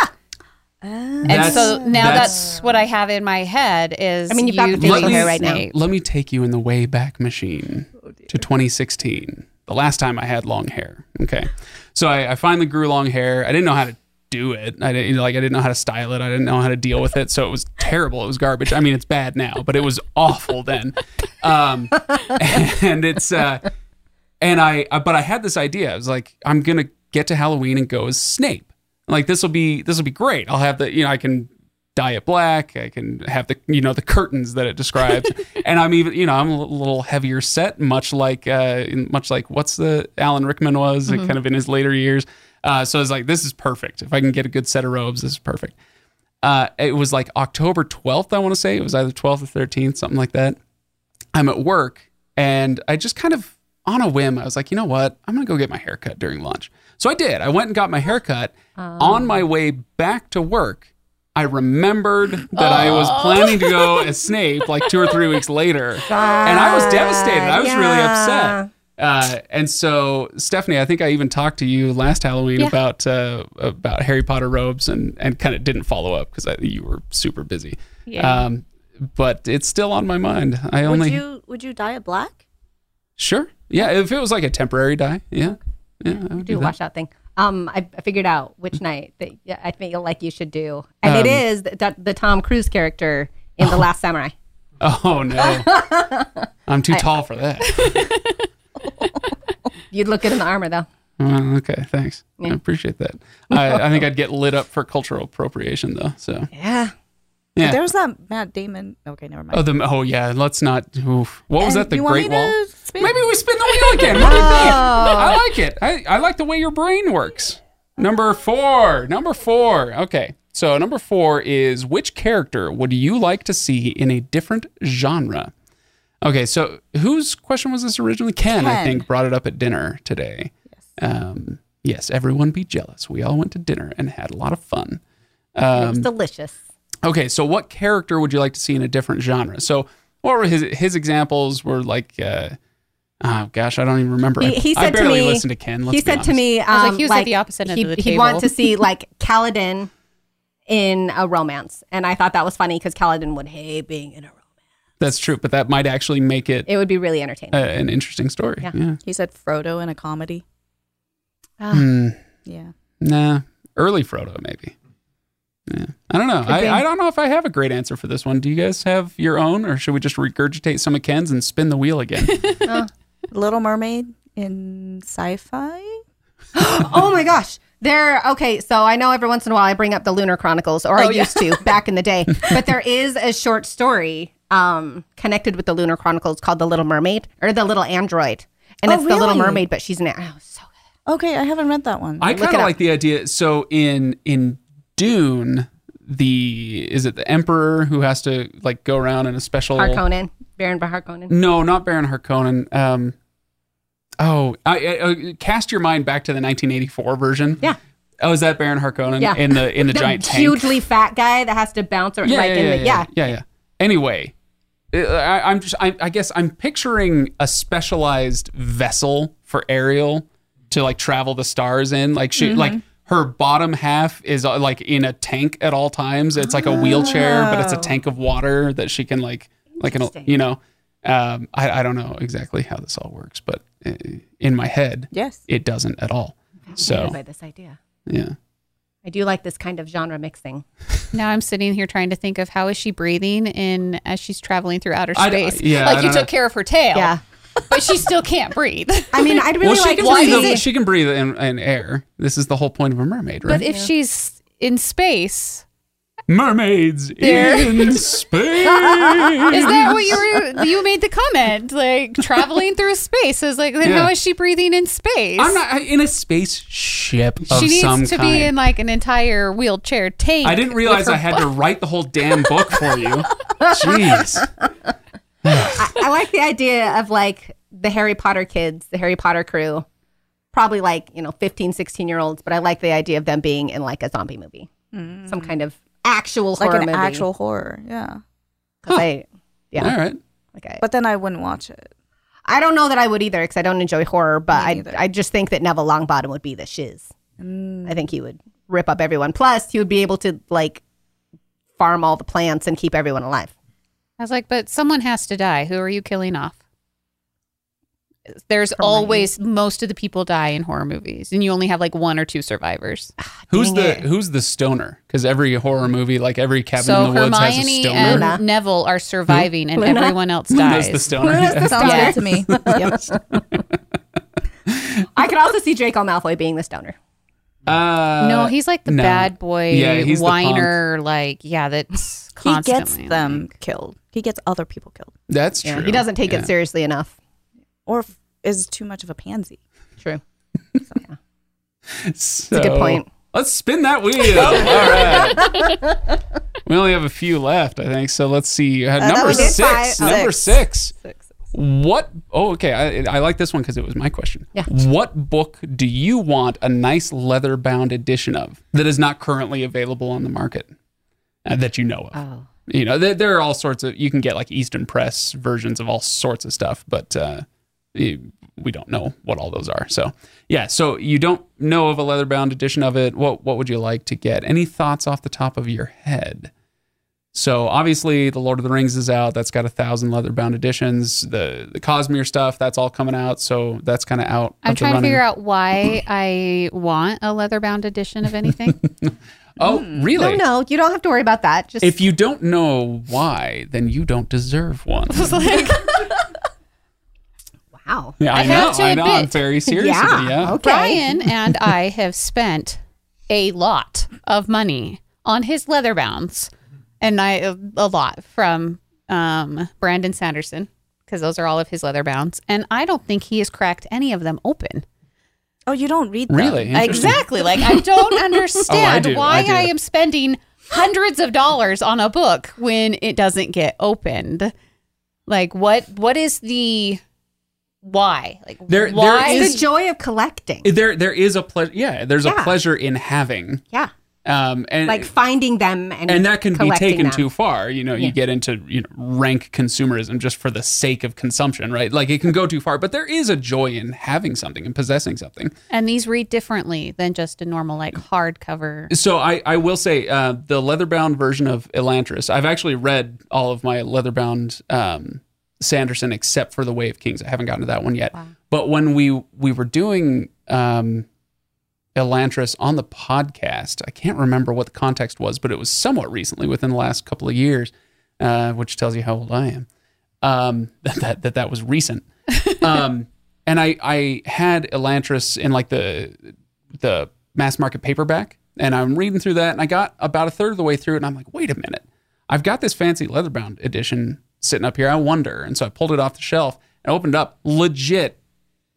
S4: And so
S1: That's-
S4: now
S1: that's-
S4: that's, what I have in my head is
S2: I mean, you've
S4: you
S2: got the
S4: doing
S2: picture here right now.
S4: Snape.
S1: Let me take you in the way back machine to 2016, the last time I had long hair. Okay, so I, I finally grew long hair. I didn't know how to do it. I didn't you know, like I didn't know how to style it. I didn't know how to deal with it. So it was terrible. It was garbage. I mean, it's bad now, but it was awful then. Um, and it's uh, and I, I but I had this idea. I was like, I'm gonna get to Halloween and go as Snape. Like this will be this will be great. I'll have the you know I can dye it black. I can have the you know the curtains that it describes. and I'm even you know I'm a little heavier set, much like uh in- much like what's the Alan Rickman was uh, kind of in his later years. Uh, so I was like, this is perfect. If I can get a good set of robes, this is perfect. Uh, it was like October 12th, I want to say. It was either 12th or 13th, something like that. I'm at work and I just kind of on a whim, I was like, you know what? I'm going to go get my hair cut during lunch. So I did. I went and got my hair cut. On my way back to work, I remembered that I was planning to go as Snape like two or three weeks later. And I was devastated.
S3: Uh,
S1: I was really upset. Uh, and so, Stephanie, I think I even talked to you last Halloween
S4: Yeah.
S1: about uh, about Harry Potter robes, and and kind of didn't follow up because you were super busy.
S4: Yeah.
S1: Um, but it's still on my mind. I only
S3: Would you would you dye it black?
S1: Sure. Yeah, if it was like a temporary dye, yeah, yeah, I would
S2: do
S1: do
S2: a
S1: that.
S2: washout thing. Um, I, I figured out which night that yeah, I think like you should do, and it
S1: Mm. Um,
S2: is the, the, the Tom Cruise character in The Last Samurai.
S1: Oh no, I'm too tall for that.
S2: You'd look good in the armor, though.
S1: Well, Oh, okay, thanks. I
S2: Yeah.
S1: appreciate that. I, I think I'd get lit up for cultural appropriation though. So
S2: Yeah.
S1: yeah.
S3: There was that Matt Damon. Okay, never mind.
S1: oh, the oh yeah. Let's not. Oof. What was
S3: And
S1: that? The
S3: you want
S1: Great
S3: me
S1: Wall.
S3: to Oh. spin-
S1: Maybe we spin the wheel again. What do you think? I like it. I, I like the way your brain works. Number four. Number four. Okay. So number four is which character would you like to see in a different genre? Okay, so whose question was this originally? Ken, I
S3: Ken.
S1: think, brought it up at dinner today. Yes. Um, yes, everyone be jealous. We all went to dinner and had a lot of fun. Um,
S2: it was delicious.
S1: Okay, so what character would you like to see in a different genre? So what were his his examples were like uh oh gosh, I don't even remember.
S2: He, he
S1: I
S2: said
S1: barely
S2: to me.
S1: listened to Ken. Let's
S2: he
S1: be
S2: said to
S1: honest.
S2: me, um,
S4: was like, he was at the opposite end
S2: he,
S4: of the
S2: He
S4: table.
S2: wanted to see like Kaladin in a romance, and I thought that was funny because Kaladin would hate being in a romance.
S1: That's true, but that might actually make it
S2: It would be really
S1: uh,
S2: entertaining.
S1: an interesting story. Yeah.
S2: Yeah.
S3: He said Frodo in a comedy.
S4: Ah.
S1: Hmm,
S3: Yeah.
S1: nah, early Frodo maybe. Yeah. I don't know. I, I don't know if I have a great answer for this one. Do you guys have your own, or should we just regurgitate some of Ken's and spin the wheel again?
S3: Little Mermaid in sci-fi.
S2: oh my gosh. There, okay, so I know every once in a while I bring up the Lunar Chronicles, or I
S4: Oh,
S2: used to back in the day, but there is a short story um, connected with the Lunar Chronicles called The Little Mermaid or The Little Android. And
S3: Oh,
S2: it's The Little
S3: really?
S2: Mermaid, but she's an. Oh, so
S3: Okay, I haven't read that one.
S1: I kind of
S2: it up.
S1: like the idea. So in in Dune, the is it the Emperor who has to like go around in a special
S2: Harkonnen, Baron Harkonnen.
S1: No, not Baron Harkonnen. Um, oh, I, I, uh, cast your mind back to the 1984 version.
S2: Yeah.
S1: Oh, is that Baron Harkonnen
S2: Yeah.
S1: in the in the,
S2: The
S1: giant tank?
S2: hugely fat guy that has to bounce or like in the. Yeah.
S1: yeah, yeah. Anyway, uh, I, I'm just I, I guess I'm picturing a specialized vessel for Ariel to like travel the stars in. Like she like
S2: Mm-hmm.
S1: her bottom half is uh, like in a tank at all times. It's like a wheelchair, but it's a
S3: Oh.
S1: tank of water that she can like like an
S2: Interesting.
S1: you know. Um, I, I don't know exactly how this all works, but uh, in my head,
S3: yes.
S1: it doesn't at all. So
S2: by this idea.
S1: yeah,
S2: I do like this kind of genre mixing.
S4: Now I'm sitting here trying to think of how is she breathing in as she's traveling through outer
S1: I d-
S4: space.
S1: yeah, I
S4: like you
S1: don't
S4: took
S1: know.
S4: care of her tail,
S2: Yeah.
S4: but she still can't breathe.
S2: I mean, I'd really
S1: well, she
S2: like
S1: can,
S2: to
S1: breathe,
S2: see-
S1: she can breathe in, in air. This is the whole point of a mermaid, right?
S4: But if she's in space,
S1: mermaids
S4: There.
S1: in space.
S4: is that what you were? You made the comment like traveling through space. I was like, then
S1: Yeah.
S4: how is she breathing in space?
S1: I'm not I- in a spaceship of
S4: she needs
S1: some
S4: to
S1: kind.
S4: be in like an entire wheelchair tank.
S1: I didn't
S4: with
S1: realize
S4: her
S1: I had
S4: butt.
S1: to write the whole damn book for you. Jeez.
S2: I like the idea of like the Harry Potter kids, the Harry Potter crew, probably like, you know, 15, 16 year olds, but I like the idea of them being in like a zombie movie, some kind of actual
S3: Like
S2: horror
S3: an
S2: movie.
S3: actual horror. Yeah.
S2: 'Cause I, yeah.
S1: All right.
S2: Okay.
S3: But then I wouldn't watch it.
S2: I don't know that I would either because I don't enjoy horror, but
S3: Me
S2: I,
S3: neither.
S2: I just think that Neville Longbottom would be the shiz. I think he would rip up everyone. Plus, he would be able to like farm all the plants and keep everyone alive.
S4: I was like, but someone has to die. Who are you killing off? There's always most of the people die in horror movies, and you only have like one or two survivors.
S1: Who's
S2: Dang
S1: the
S2: it.
S1: Who's the stoner? Because every horror movie, like every cabin
S4: so
S1: in the woods, has a
S4: Hermione
S1: stoner.
S4: and
S2: Luna.
S4: Neville are surviving, and
S2: Luna?
S4: everyone else
S1: Luna's
S4: dies.
S1: the stoner. Yeah.
S3: Sounds
S2: Yeah.
S3: good to me. Yep.
S2: I could also see Draco Malfoy being the stoner.
S1: Uh,
S4: no, he's like the
S1: no.
S4: bad boy
S1: Yeah, he's the punk.
S4: whiner. Like, yeah, that's
S3: he
S4: constantly.
S3: gets them killed. He gets other people killed,
S1: That's true.
S2: Yeah, he doesn't take
S1: Yeah.
S2: it seriously enough.
S3: or f- is too much of a pansy.
S2: True.
S1: It's
S2: a good point.
S1: Let's spin that wheel. All right. We only have a few left, I think. So let's see. Uh,
S3: that
S1: number
S3: was it.
S1: six.
S3: Five.
S1: Number six.
S3: Six.
S1: What? Oh, okay. I, I like this one because it was my question.
S2: Yeah.
S1: What book do you want a nice leather bound edition of that is not currently available on the market uh, that you know of?
S2: Oh.
S1: You know, there, there are all sorts of, you can get like Eastern Press versions of all sorts of stuff, but uh, eh, we don't know what all those are. So, yeah. So you don't know of a leather bound edition of it. What, what would you like to get? Any thoughts off the top of your head? So obviously, the Lord of the Rings is out. That's got a thousand leather bound editions. The the Cosmere stuff that's all coming out. So that's kind of out.
S4: I'm trying to figure out why I want a leather bound edition of anything. Mm,
S1: Oh,
S2: No,
S1: really?
S2: no, you don't have to worry about that. Just
S1: If you don't know why, then you don't deserve one.
S2: wow.
S1: yeah, I,
S4: I
S1: know.
S4: have to
S1: I know. I'm
S4: admit.
S1: very serious.
S2: Yeah, okay.
S4: Brian and I have spent a lot of money on his leather bounds, and I a lot from um, Brandon Sanderson because those are all of his leather bounds, and I don't think he has cracked any of them open.
S3: Oh, you don't read them.
S1: Really? Interesting. Oh,
S4: Exactly, like I don't understand
S1: do,
S4: why
S1: I do.
S4: I am spending hundreds of dollars on a book when it doesn't get opened. Like what? What is the why? Like
S1: There- there
S4: why
S1: is-
S2: the joy of collecting.
S1: There there is a pleasure. Yeah, there's a
S2: Yeah.
S1: pleasure in having.
S2: yeah.
S1: Um, and
S2: Like finding them and
S1: and that can be
S2: collecting
S1: taken
S2: them.
S1: too far. You know, you get into you know rank consumerism just for the sake of consumption, right? Like it can go too far, but there is a joy in having something and possessing something.
S4: And these read differently than just a normal like hardcover.
S1: So I, I will say uh, the leatherbound version of Elantris. I've actually read all of my leatherbound um, Sanderson except for the Way of Kings. I haven't gotten to that one yet. But when we we were doing um, Elantris on the podcast. I can't remember what the context was, but it was somewhat recently, within the last couple of years, uh, which tells you how old I am. Um, that that that, that was recent. Um, and I I had Elantris in like the the mass market paperback, and I'm reading through that, and I got about a third of the way through it, and I'm like, wait a minute, I've got this fancy leatherbound edition sitting up here. I wonder, and so I pulled it off the shelf and opened it up. Legit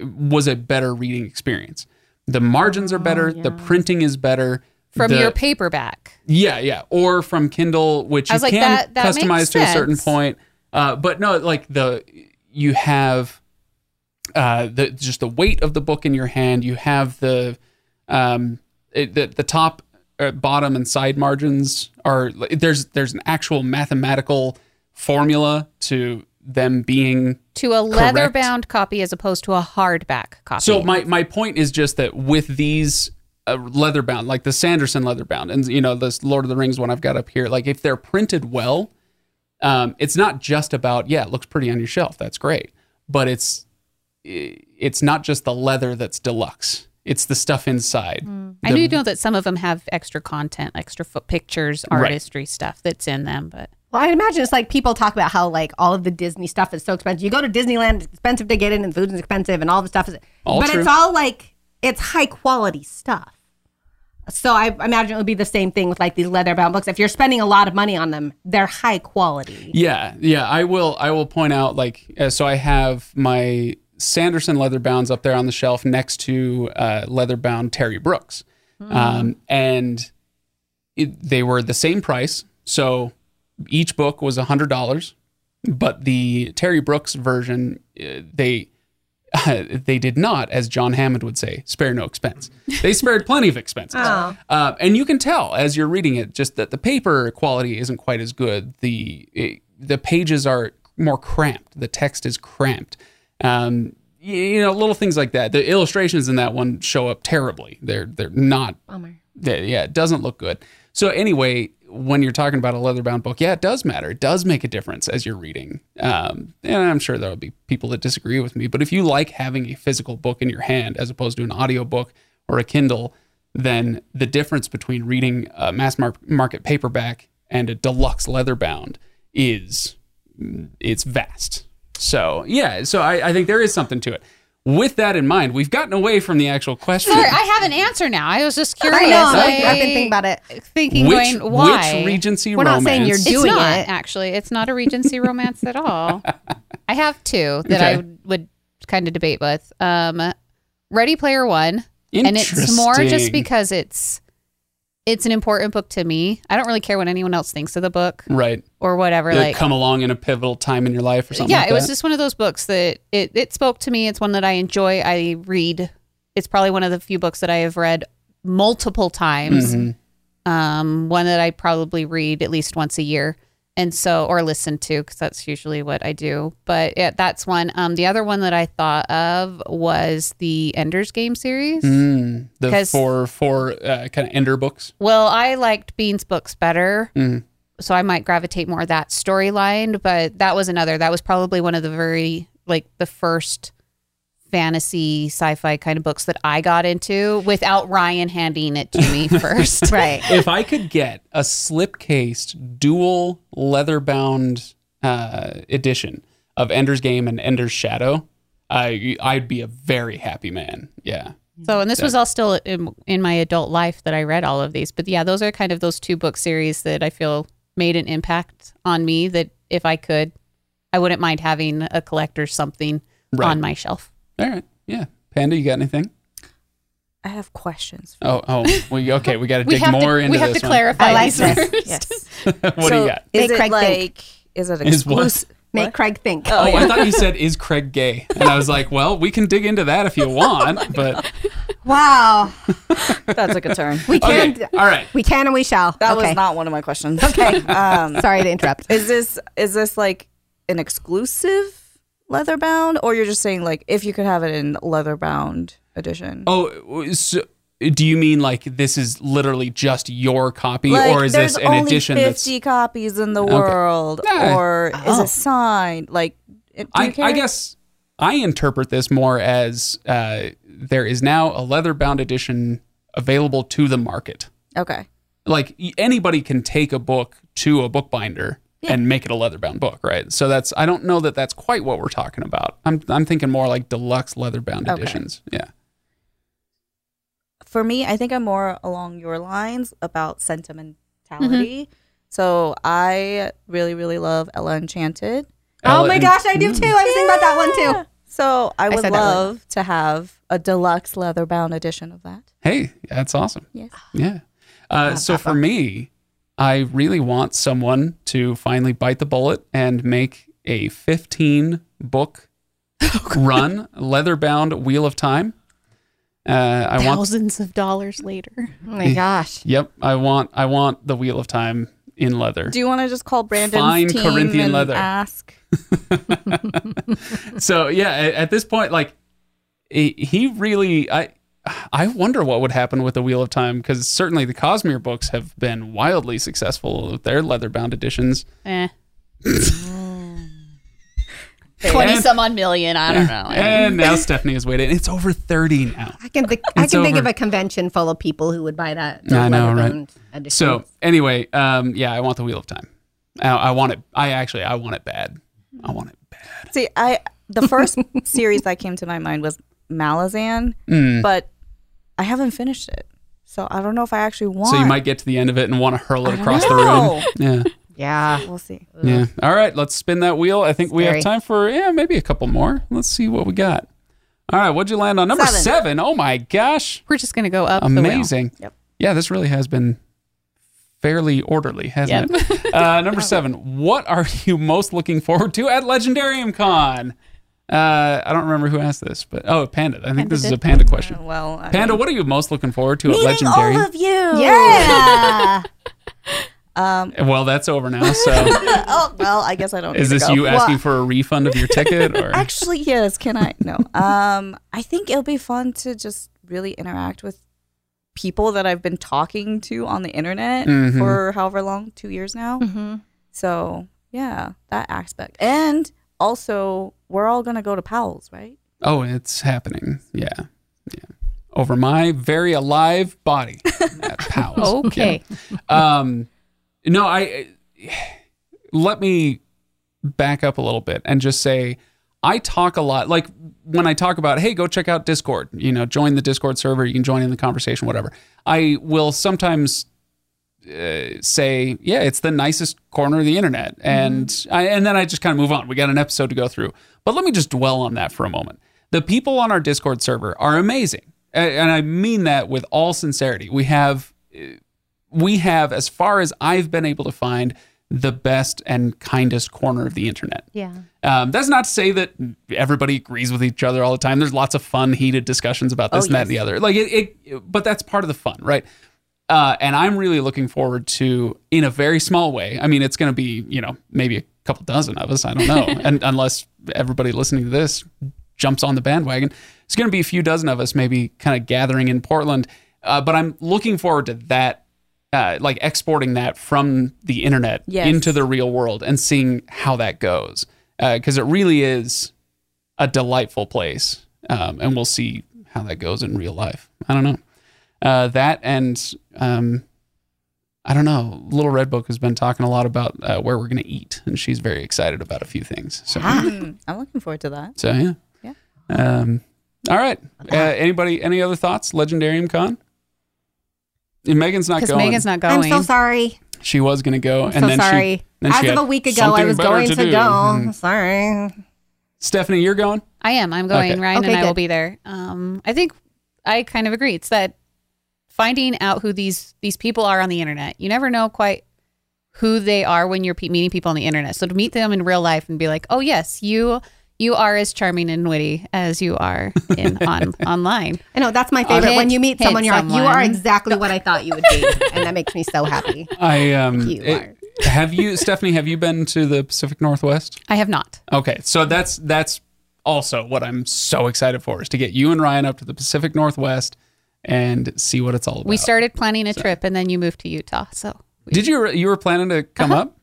S1: was a better reading experience. The margins are better. The printing is better.
S4: Oh, from
S1: the-
S4: your paperback.
S1: yeah, yeah. Or from Kindle, which you
S4: I was like,
S1: can
S4: that- that
S1: customize
S4: makes
S1: to a certain
S4: sense.
S1: point. Uh, but no, like the you have uh, the just the weight of the book in your hand. You have the um, it, the, the top, uh, bottom, and side margins are there's there's an actual mathematical formula to them being
S4: To a
S1: Correct.
S4: leather bound copy as opposed to a hardback copy.
S1: so my my point is just that with these uh, leather bound, like the Sanderson leather bound, and you know this Lord of the Rings one I've got up here, like if they're printed well, um, it's not just about yeah, it looks pretty on your shelf, that's great, but it's i- it's not just the leather that's deluxe. It's the stuff inside.
S4: I do know that some of them have extra content, extra foot pictures,
S1: Right.
S4: artistry stuff that's in them, but
S2: Well, I imagine it's like people talk about how like all of the Disney stuff is so expensive. You go to Disneyland, it's expensive to get in, and food's expensive, and all the stuff is.
S1: All
S2: but
S1: true.
S2: it's all like it's high quality stuff. So I imagine it would be the same thing with like these leather bound books. If you're spending a lot of money on them, they're high quality.
S1: Yeah, yeah. I will. I will point out like uh, so. I have my Sanderson leather bounds up there on the shelf next to uh, leather bound Terry Brooks, um, and it, they were the same price. So each book was a hundred dollars, but the Terry Brooks version uh, they. they did not, as John Hammond would say, spare no expense. They spared plenty of expenses.
S2: Oh.
S1: Uh, and you can tell as you're reading it just that the paper quality isn't quite as good. The it, the pages are more cramped. The text is cramped. Um, y- you know, little things like that. The illustrations in that one show up terribly. They're they're not
S2: Bummer.
S1: yeah, yeah, it doesn't look good. So anyway, when you're talking about a leather-bound book, yeah, it does matter. It does make a difference as you're reading. Um, and I'm sure there'll be people that disagree with me, but if you like having a physical book in your hand as opposed to an audiobook or a Kindle, then the difference between reading a mass mar- market paperback and a deluxe leather-bound is it's vast. So yeah, so I, I think there is something to it. With that in mind, we've gotten away from the actual question.
S4: Sorry, I have an answer now. I was just curious.
S2: I know. I've-
S4: like,
S2: I've been thinking about it.
S4: Thinking,
S1: which,
S4: going, why?
S1: which Regency
S2: We're not
S1: romance?
S2: saying you're
S4: it's
S2: doing
S4: not
S2: it.
S4: actually. It's not a Regency romance at all. I have two that I
S1: Okay.
S4: would, would kind of debate with. Um, Ready Player One, and it's more
S1: Interesting.
S4: just because it's it's an important book to me. I don't really care what anyone else thinks of the book
S1: right.
S4: or whatever.
S1: They
S4: like,
S1: come along in a pivotal time in your life or something.
S4: yeah,
S1: like
S4: it was
S1: that.
S4: just one of those books that it it spoke to me. It's one that I enjoy. I read. It's probably one of the few books that I have read multiple times.
S1: Mm-hmm.
S4: Um, one that I probably read at least once a year, and so or listen to because that's usually what I do. But yeah, that's one. Um, the other one that I thought of was the Ender's Game series.
S1: Mm, the
S4: 'Cause-
S1: four four uh, kind of ender books.
S4: Well, I liked Bean's books better.
S1: Mhm.
S4: So I might gravitate more that storyline, but that was another. That was probably one of the very like the first fantasy sci-fi kind of books that I got into without Ryan handing it to me first.
S2: Right.
S1: if I could get a slipcased dual leather bound uh, edition of Ender's Game and Ender's Shadow, I I'd be a very happy man. Yeah.
S4: So and this was all still in, in my adult life that I read all of these. But yeah, those are kind of those two book series that I feel made an impact on me that if I could, I wouldn't mind having a collector something
S1: Right.
S4: on my shelf.
S1: All right. Yeah. Panda, you got anything?
S3: I have questions.
S1: Oh, oh, we, okay. We got to
S4: We
S1: dig
S4: have
S1: more
S4: to,
S1: into
S4: we have to
S1: this one.
S4: clarify.
S2: I like
S4: these
S2: this.
S4: first.
S3: Yes.
S1: what do you got?
S3: Is
S2: Make
S3: it
S2: Craig
S3: like?
S2: think.
S3: Is it
S1: Is what?
S3: exclusive?
S2: Make Craig think.
S1: Oh, I thought you said is Craig gay, and I was like, well, we can dig into that if
S3: Oh
S1: you want, but
S2: Wow.
S3: That took a turn.
S2: We can.
S1: okay, all right.
S2: We can and we shall.
S3: That
S2: okay.
S3: was not one of my questions. Okay. Um,
S2: Sorry to interrupt.
S3: is this is this like an exclusive leather bound, or you're just saying like if you could have it in leather bound edition?
S1: Oh, so do you mean like this is literally just your copy,
S3: Like,
S1: or is
S3: there's
S1: this an
S3: only
S1: edition that's?
S3: 50 copies in the world,
S1: Yeah.
S3: or is it signed? Like, it- do you
S1: I,
S3: care?
S1: I guess I interpret this more as uh, there is now a leather bound edition available to the market.
S3: Okay.
S1: Like y- anybody can take a book to a bookbinder and make it a leather-bound book, right? So that's I don't know that that's quite what we're talking about. I'm I'm thinking more like deluxe leather-bound
S3: Okay.
S1: editions. Yeah.
S3: For me, I think I'm more along your lines about sentimentality. So I really, really love Ella Enchanted.
S2: Oh
S1: Ella
S2: my
S1: and-
S2: gosh, I do too. I was thinking about that one too.
S3: So I
S4: I
S3: would
S4: said that one.
S3: love to have a deluxe leather bound edition of that.
S1: Hey, that's awesome.
S3: Yes.
S1: Yeah. Uh, so for me, I really want someone to finally bite the bullet and make a 15 book
S2: Oh,
S1: run, leather bound Wheel of Time. Uh, I want.
S4: Thousands of dollars later.
S2: Oh my gosh.
S1: Yep, I want. I want the Wheel of Time in leather.
S3: Do you want to just call Brandon's
S1: Fine
S3: team
S1: Corinthian
S3: and
S1: leather.
S3: ask?
S1: so yeah, a- at this point, like he he really, I I wonder what would happen with the Wheel of Time because certainly the Cosmere books have been wildly successful with their leather bound editions.
S4: Eh. 20 some odd million. I don't know.
S1: And now Stephanie has waited. It's over 30 now.
S2: I can think I
S1: It's
S2: can think of
S1: over.
S2: a convention full of people who would buy that.
S1: I know,
S2: leather
S1: right?
S2: bound edition.
S1: So anyway, um, yeah, I want the Wheel of Time. I, I want it. I actually, I want it bad. I want it bad.
S3: See, I the first series that came to my mind was Malazan,
S1: Mm.
S3: but I haven't finished it, so I don't know if I actually want.
S1: So you might get to the end of it and want to hurl it across the room.
S3: No,
S1: Yeah.
S2: yeah.
S3: we'll see.
S1: Yeah. All right. Let's spin that wheel. I think we have
S2: Scary.
S1: time for yeah, maybe a couple more. Let's see what we got. All right. What'd you land on? Number seven.
S3: Seven.
S1: Oh my gosh.
S4: We're just going to go up the wheel.
S1: Amazing.
S3: Yep.
S1: Yeah. This really has been fairly orderly, hasn't
S4: Yep.
S1: it? Uh, number seven. What are you most looking forward to at Legendarium Con? Uh, I don't remember who asked this, but oh, Panda. I think this is a Panda question.
S3: Uh, Well, I
S1: Panda, what are you most looking forward to at
S3: meeting all
S1: Legendarium?
S3: of you. Yeah.
S2: Yeah.
S3: Um.
S1: well, that's over now. So,
S3: Oh well, I guess I don't.
S1: is
S3: need
S1: this
S3: to go.
S1: you
S3: Well,
S1: asking for a refund of your ticket? Or
S3: Actually, yes. Can I? No. Um, I think it'll be fun to just really interact with people that I've been talking to on the internet
S1: Mhm.
S3: for however long, two years now.
S1: Mm-hmm.
S2: Mhm.
S3: So yeah, that aspect. And also, we're all gonna go to Powell's, right?
S1: Oh, it's happening. Yeah. Yeah. Over my very alive body at Powell's.
S4: Okay.
S1: Yeah. Um, no, I let me back up a little bit and just say I talk a lot. Like when I talk about, hey, go check out Discord, you know, join the Discord server, you can join in the conversation, whatever. I will sometimes uh, say, yeah, it's the nicest corner of the internet, and I, and then I just kind of move on. We got an episode to go through, but let me just dwell on that for a moment. The people on our Discord server are amazing, A- and I mean that with all sincerity. We have we have, as far as I've been able to find, the best and kindest corner of the internet.
S2: Yeah.
S1: Um, that's not to say that everybody agrees with each other all the time. There's lots of fun, heated discussions about this
S3: Oh,
S1: and that and the other. Like it, it, but that's part of the fun, right? Uh, and I'm really looking forward to, in a very small way. I mean, it's going to be, you know, maybe a couple dozen of us. I don't know, and unless everybody listening to this jumps on the bandwagon, it's going to be a few dozen of us, maybe kind of gathering in Portland. Uh, but I'm looking forward to that, uh, like exporting that from the internet
S3: Yes.
S1: into the real world and seeing how that goes, because it really is a delightful place. Um, and we'll see how that goes in real life. I don't know. Uh, that and um, I don't know. Little Red Book has been talking a lot about uh, where we're going to eat, and she's very excited about a few things. So,
S2: Ah.
S3: Mm, I'm looking forward to that.
S1: so yeah.
S3: Yeah.
S1: Um, all right. Uh, anybody? Any other thoughts? Legendarium Con. And Megan's not
S4: Because
S1: going.
S4: Megan's not
S2: I'm
S4: going.
S2: so sorry.
S1: she was going to go,
S2: I'm
S1: and
S2: so
S1: then
S2: sorry.
S1: she. Then she
S2: As of
S1: had
S2: a week ago, I
S1: something
S2: was
S1: better
S2: going to,
S1: do.
S2: go.
S1: Mhm.
S2: Sorry.
S1: Stephanie, you're going.
S4: I am. I'm going.
S1: Okay.
S4: Ryan
S2: Okay,
S4: and I will
S2: good.
S4: be there. Um, I think I kind of agree. It's that finding out who these these people are on the internet. You never know quite who they are when you're pe- meeting people on the internet. So to meet them in real life and be like, oh yes, you you are as charming and witty as you are in on online.
S2: I know that's my favorite.
S4: hit-
S2: when you meet
S4: hit
S2: someone, you're like, you
S4: someone.
S2: are exactly what I thought you would be, and that makes me so happy.
S1: I um.
S2: You
S1: it- have you, Stephanie? Have you been to the Pacific Northwest?
S4: I have not.
S1: Okay, so that's that's also what I'm so excited for is to get you and Ryan up to the Pacific Northwest and see what it's all about.
S4: We started planning a trip and then you moved to Utah. So
S1: Did you you were planning to come up?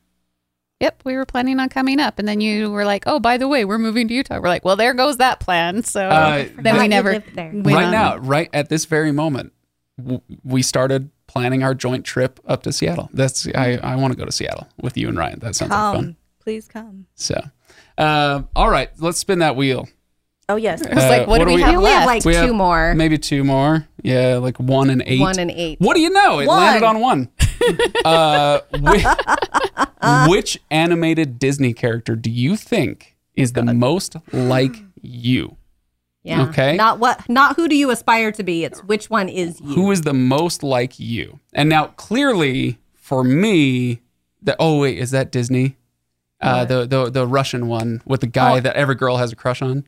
S4: yep, we were planning on coming up and then you were like, oh by the way, we're moving to Utah. We're like, well there goes that plan. So
S1: Uh,
S4: then
S2: Forgot
S4: we
S2: you
S4: never
S2: lived there.
S4: went
S1: right
S4: on.
S1: now, right at this very moment, w- we started planning our joint trip up to Seattle. That's I, I want to go to Seattle with you and Ryan. That sounds like fun.
S3: Come, please come.
S1: So, uh, all right, let's spin that wheel.
S3: Oh yes.
S4: It's like, what, do we,
S2: We
S4: have
S2: only
S4: left?
S2: have like
S1: Uh, We
S2: two
S1: have
S2: more.
S1: Maybe two more. Yeah, like one and eight.
S2: One and eight.
S1: What do you know? It
S3: One.
S1: landed on one. uh, which, which animated Disney character do you think is the most like you?
S2: Yeah.
S1: Okay.
S2: Not what. Not who do you aspire to be? It's which one is you.
S1: Who is the most like you? And now, clearly, for me, the oh wait, is that Disney? Uh, the the the Russian one with the guy that every girl has a crush on.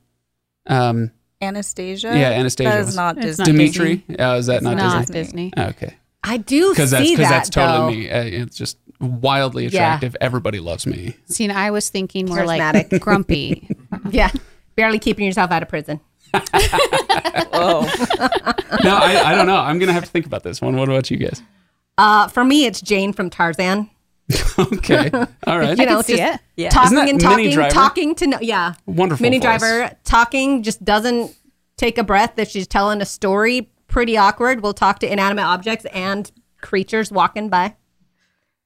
S1: Um,
S3: Anastasia.
S1: Yeah, Anastasia
S3: That is
S1: was-
S3: not
S4: It's
S3: Disney.
S4: not
S1: Dimitri. Uh, is that
S4: Not,
S1: not, Disney?
S4: Disney.
S1: Okay.
S2: I do see
S1: because that's
S2: that.
S1: because that's totally me.
S2: though.
S1: Uh, it's just wildly attractive. Everybody loves me.
S4: See, and I was thinking more like
S2: Charismatic.
S4: grumpy.
S2: Yeah. Barely keeping yourself out of prison.
S3: Oh,
S1: No, I, I don't know. I'm gonna have to think about this one. What about you guys?
S2: Uh, for me, it's Jane from Tarzan.
S1: Okay, all right.
S2: You know,
S4: see
S2: just
S4: it.
S3: Yeah.
S2: talking
S1: Isn't
S2: and
S1: that Minnie
S2: talking,
S1: Driver?
S2: talking to no, yeah,
S1: Wonderful
S2: Mini
S1: voice.
S2: Driver talking just doesn't take a breath. If she's telling a story, pretty awkward. We'll talk to inanimate objects and creatures walking by.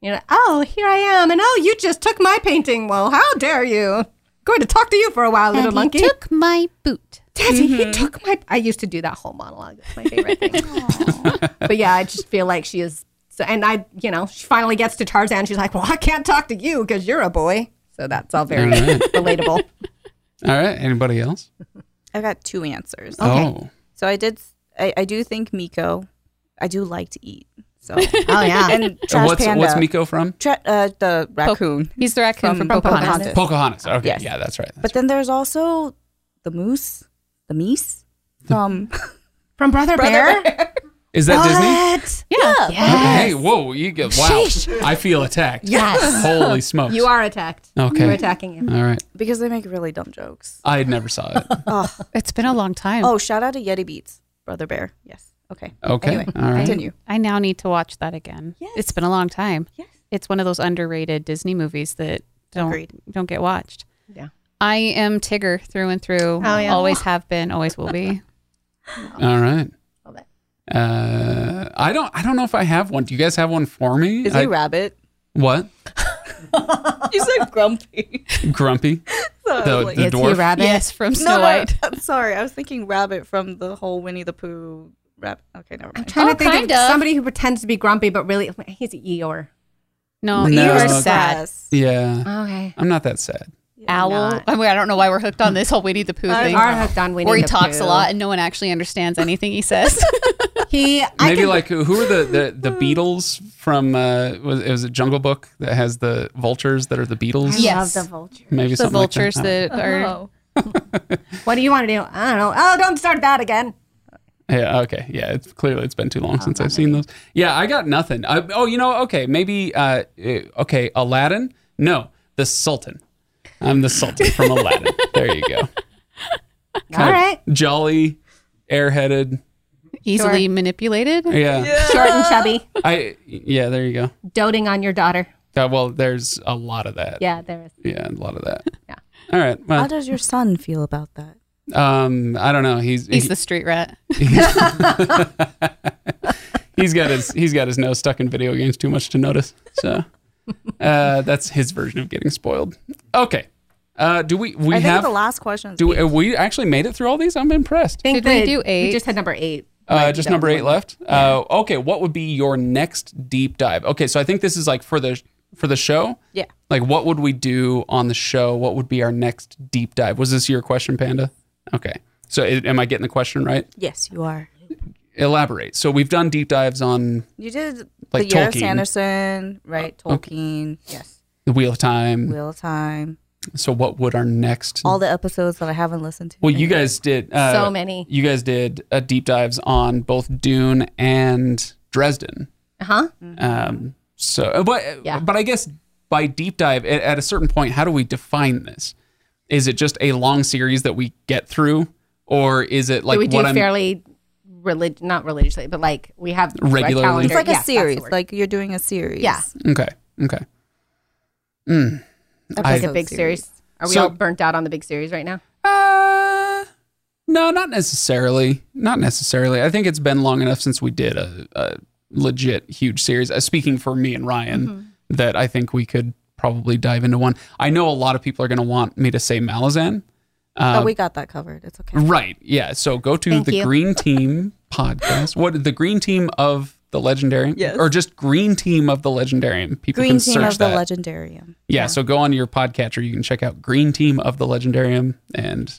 S2: You know, oh, here I am, and oh, you just took my painting. Well, how dare you? Going to talk to you for a while, little
S4: And
S2: monkey.
S4: he took my boot.
S2: Daddy,
S1: Mm-hmm.
S2: he took my. I used to do that whole monologue. That's my favorite thing. but yeah, I just feel like she is. So, and I, you know, she finally gets to Tarzan. She's like, "Well, I can't talk to you because you're a boy." So that's all very
S1: All right.
S2: relatable.
S1: All right. Anybody else?
S3: I've got two answers.
S1: Oh,
S3: So I did. I, I do think Miko. I do like to eat. So
S2: Oh yeah,
S3: and trash
S1: what's
S3: panda.
S1: what's Miko from?
S3: Tra- uh, the raccoon.
S4: He's the raccoon from,
S3: From Pocahontas.
S4: Pocahontas.
S1: Pocahontas. Okay,
S3: Yes.
S1: yeah, that's right. That's
S3: But then there's also the moose, the meese um, from
S2: from Brother, Bear.
S1: right. Is that Disney?
S2: What? Yeah.
S1: Okay. Whoa, you get wow. I feel attacked.
S2: Yes.
S1: Holy smokes.
S2: You are attacked.
S1: Okay.
S2: We're attacking you.
S1: All right.
S3: because they make really dumb jokes.
S1: I had never saw it.
S4: It's been a long time.
S3: Oh, shout out to Yeti Beats, Brother Bear. Yes. Okay.
S1: Okay.
S3: Anyway,
S1: All right.
S3: Continue.
S4: I now need to watch that again. It's been a long time.
S3: Yes.
S4: It's one of those underrated Disney movies that don't
S3: Agreed.
S4: don't get watched.
S2: Yeah.
S4: I am Tigger through and through.
S2: Oh, yeah.
S4: Always have been, always will be.
S1: All right.
S2: Love it.
S1: Uh, I don't. I don't know if I have one. Do you guys have one for me?
S3: Is
S1: I-
S3: he rabbit?
S1: what?
S3: You said grumpy.
S1: Grumpy.
S3: So I was
S1: The-
S3: like-
S1: the-
S2: Is he
S1: dwarf?
S2: rabbit?
S4: Yes, from
S3: no,
S4: Snow
S3: no,
S4: White.
S3: I'm sorry. I was thinking rabbit from the whole Winnie the Pooh rabbit. Okay, never mind.
S2: Trying
S4: Oh,
S2: to think
S4: kind
S2: of,
S4: of.
S2: somebody who pretends to be grumpy but really he's Eeyore.
S4: No,
S1: No.
S4: you are
S1: Yes.
S4: sad.
S1: Yeah.
S2: Okay.
S1: I'm not that sad.
S4: Owl.
S2: not.
S4: I mean, I don't know why we're hooked on this whole Winnie the Pooh
S2: We
S4: thing.
S2: are hooked on Winnie
S4: Where he
S2: the
S4: talks
S2: Pooh.
S4: a lot and no one actually understands anything he says.
S2: He I
S1: Maybe
S2: can-
S1: like who are the the, the Beatles from? Uh, was it was a Jungle Book that has the vultures that are the Beatles?
S2: I
S4: Yes.
S2: love the vulture.
S1: Maybe
S4: the
S1: something
S4: vultures
S1: like that.
S4: that are
S2: What do you want to do? I don't know. Oh, don't start that again.
S1: Yeah. Okay. Yeah. It's clearly it's been too
S2: Oh,
S1: long since I've seen those. Yeah. I got nothing. I, oh, you know. Okay. Maybe. Uh, eh, okay. Aladdin. No. The Sultan. I'm the Sultan from Aladdin. There you go.
S2: All
S1: Kind of
S2: right.
S1: Jolly, airheaded.
S4: easily manipulated.
S1: Yeah.
S2: Short and chubby,
S1: I. Yeah. There you go.
S2: doting on your daughter.
S1: Yeah, well, there's a lot of that.
S2: Yeah, there is.
S1: Yeah, a lot of that.
S2: Yeah.
S1: All right.
S3: How
S1: Well,
S3: does your son feel about that?
S1: um, I don't know. He's
S4: He's
S1: he,
S4: the street rat.
S1: he's got his he's got his nose stuck in video games too much to notice. So uh, that's his version of getting spoiled. Okay. Uh, do we we
S3: I think
S1: have
S3: the last question. Is
S1: do we, we actually made it through all these? I'm impressed.
S2: Think
S4: Did we
S2: that
S4: do eight?
S2: We just had number eight.
S1: Uh, just number eight left. Uh, okay, what would be your next deep dive? Okay, so I think this is like for the for the show.
S3: Yeah.
S1: Like, what would we do on the show? What would be our next deep dive? Was this your question, Panda? Okay. So i- am I getting the question right?
S3: yes, you are.
S1: Elaborate. So we've done deep dives on
S3: You did
S1: Like
S3: the year of
S1: Tolkien.
S3: Sanderson, right? Tolkien. Oh, Yes.
S1: the Wheel of Time.
S3: Wheel of Time.
S1: So what would our next?
S3: All the episodes that I haven't listened to.
S1: Hmm. well, you guys did uh,
S2: So many.
S1: You guys did uh, deep dives on both Dune and Dresden.
S2: Uh huh.
S1: Um, so, but uh,
S2: Yeah.
S1: but I guess by deep dive, at, at a certain point, how do we define this? Is it just a long series that we get through, or is it like
S2: we do
S1: what I'm?
S2: fairly relig- not religiously, but like we have a
S1: Regularly. It's
S2: calendar.
S3: It's like
S2: Yes,
S3: a
S2: that's the
S3: series.
S2: word.
S3: Like you're doing a series.
S2: Yeah.
S1: okay, okay. Mm.
S3: Episode
S1: I-
S2: Like a big series. Are we
S1: So-
S2: all burnt out on the big series right now?
S1: Uh, No, not necessarily. Not necessarily. I think it's been long enough since we did a, a legit huge series. Uh, speaking for me and Ryan,
S3: Mm-hmm.
S1: that I think we could probably dive into one. I know a lot of people are going to want me to say Malazan. Um,
S3: but we got that covered. It's okay.
S1: Right. Yeah. So go to
S2: Thank
S1: the
S2: you.
S1: Green Team podcast. What the Green Team of the Legendarium?
S3: Yes.
S1: Or just Green Team of the Legendarium. People
S3: Green
S1: can
S3: team
S1: search
S3: of
S1: that.
S3: the legendarium.
S1: yeah, So go on to your podcatcher. You can check out Green Team of the Legendarium and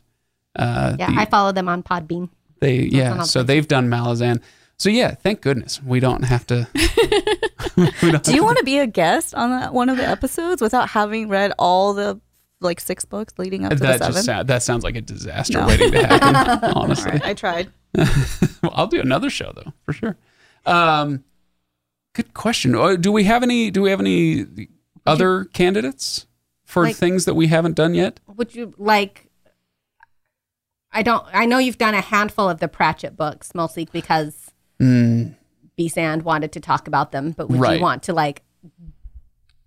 S1: uh,
S2: Yeah, I follow them on Podbean.
S1: they yeah.
S2: another
S1: So they've done Malazan. So yeah, thank goodness we don't have to. we don't
S3: Do you want to be a guest on that one of the episodes without having read all the like six books leading up to
S1: that
S3: the
S1: just
S3: seven?
S1: sound, that sounds like a disaster waiting to happen. honestly.
S3: I tried.
S1: Well, I'll do another show though for sure. Um, good question. Uh, Do we have any? Do we have any other candidates for
S2: Like-
S1: things that we haven't done yet?
S2: Would you like? I don't. I know you've done a handful of the Pratchett books, mostly because B Sand wanted to talk about them. But would
S1: Mm. Right.
S2: you want to like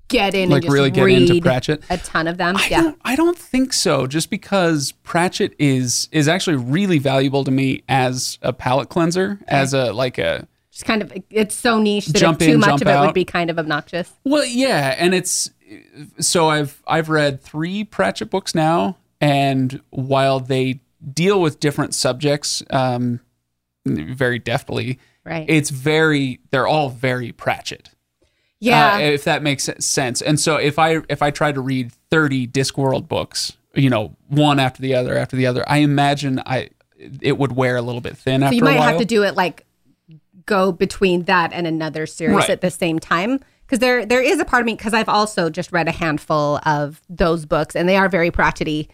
S2: get in
S1: Like
S2: and just
S1: really get
S2: read
S1: into Pratchett?
S2: a ton of
S3: Um,
S2: them?
S1: I
S2: yeah.
S1: don't, I don't think so. Just because Pratchett is is actually really valuable to me as a palate cleanser, as a like a
S2: just kind of it's so niche that
S1: Jump
S2: if too
S1: in, jump
S2: much of it
S1: out.
S2: would be kind of obnoxious.
S1: Well, yeah, and it's so I've I've read three Pratchett books now, and while they deal with different subjects um, very deftly,
S2: Right.
S1: it's very they're all very Pratchett.
S2: Yeah.
S1: uh, if that makes sense. And so if I if I try to read thirty Discworld books, you know, one after the other after the other, I imagine I it would wear a little bit thin
S2: so
S1: after
S2: you
S1: a
S2: might
S1: while.
S2: have to do it like go between that and another series
S1: Right.
S2: at the same time because there there is a part of me because I've also just read a handful of those books and they are very Pratchett-y,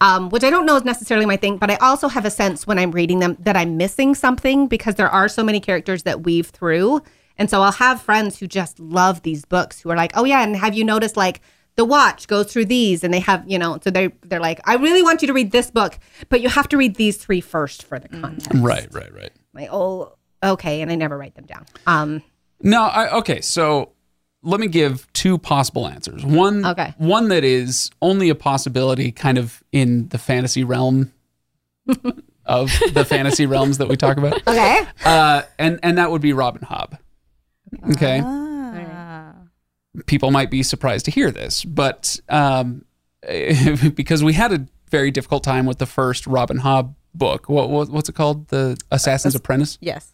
S2: um, which I don't know is necessarily my thing, but I also have a sense when I'm reading them that I'm missing something because there are so many characters that weave through. And so I'll have friends who just love these books who are like, "Oh yeah, and have you noticed like the watch goes through these and they have, you know, so they they're like, "I really want you to read this book, but you have to read these three first for the context."
S1: right, right, right.
S2: like oh okay and i never write them down um
S1: No, I, okay. So let me give two possible answers. One,
S2: Okay.
S1: one that is only a possibility, kind of in the fantasy realm of the fantasy realms that we talk about,
S2: okay
S1: uh, and and that would be Robin Hobb. Okay,
S3: Ah.
S1: people might be surprised to hear this, but um, because we had a very difficult time with the first Robin Hobb book. What, what what's it called? The Assassin's Apprentice.
S3: Yes.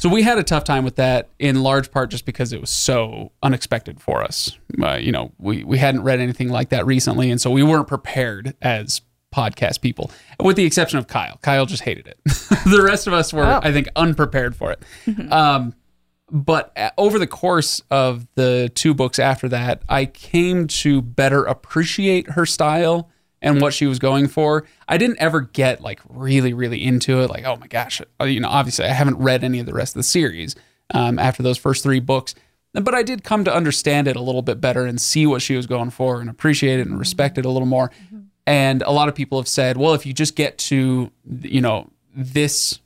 S1: So we had a tough time with that in large part just because it was so unexpected for us. Uh, you know, we, we hadn't read anything like that recently. And so we weren't prepared as podcast people, with the exception of Kyle. Kyle just hated it. the rest of us were, I think, unprepared for it. um, but uh, over the course of the two books after that, I came to better appreciate her style and what she was going for. I didn't ever get like really, really into it. Like, oh my gosh, Uh, you know, obviously I haven't read any of the rest of the series um, after those first three books, but I did come to understand it a little bit better and see what she was going for and appreciate it and respect it a little more. And a lot of people have said, well, if you just get to, you know, this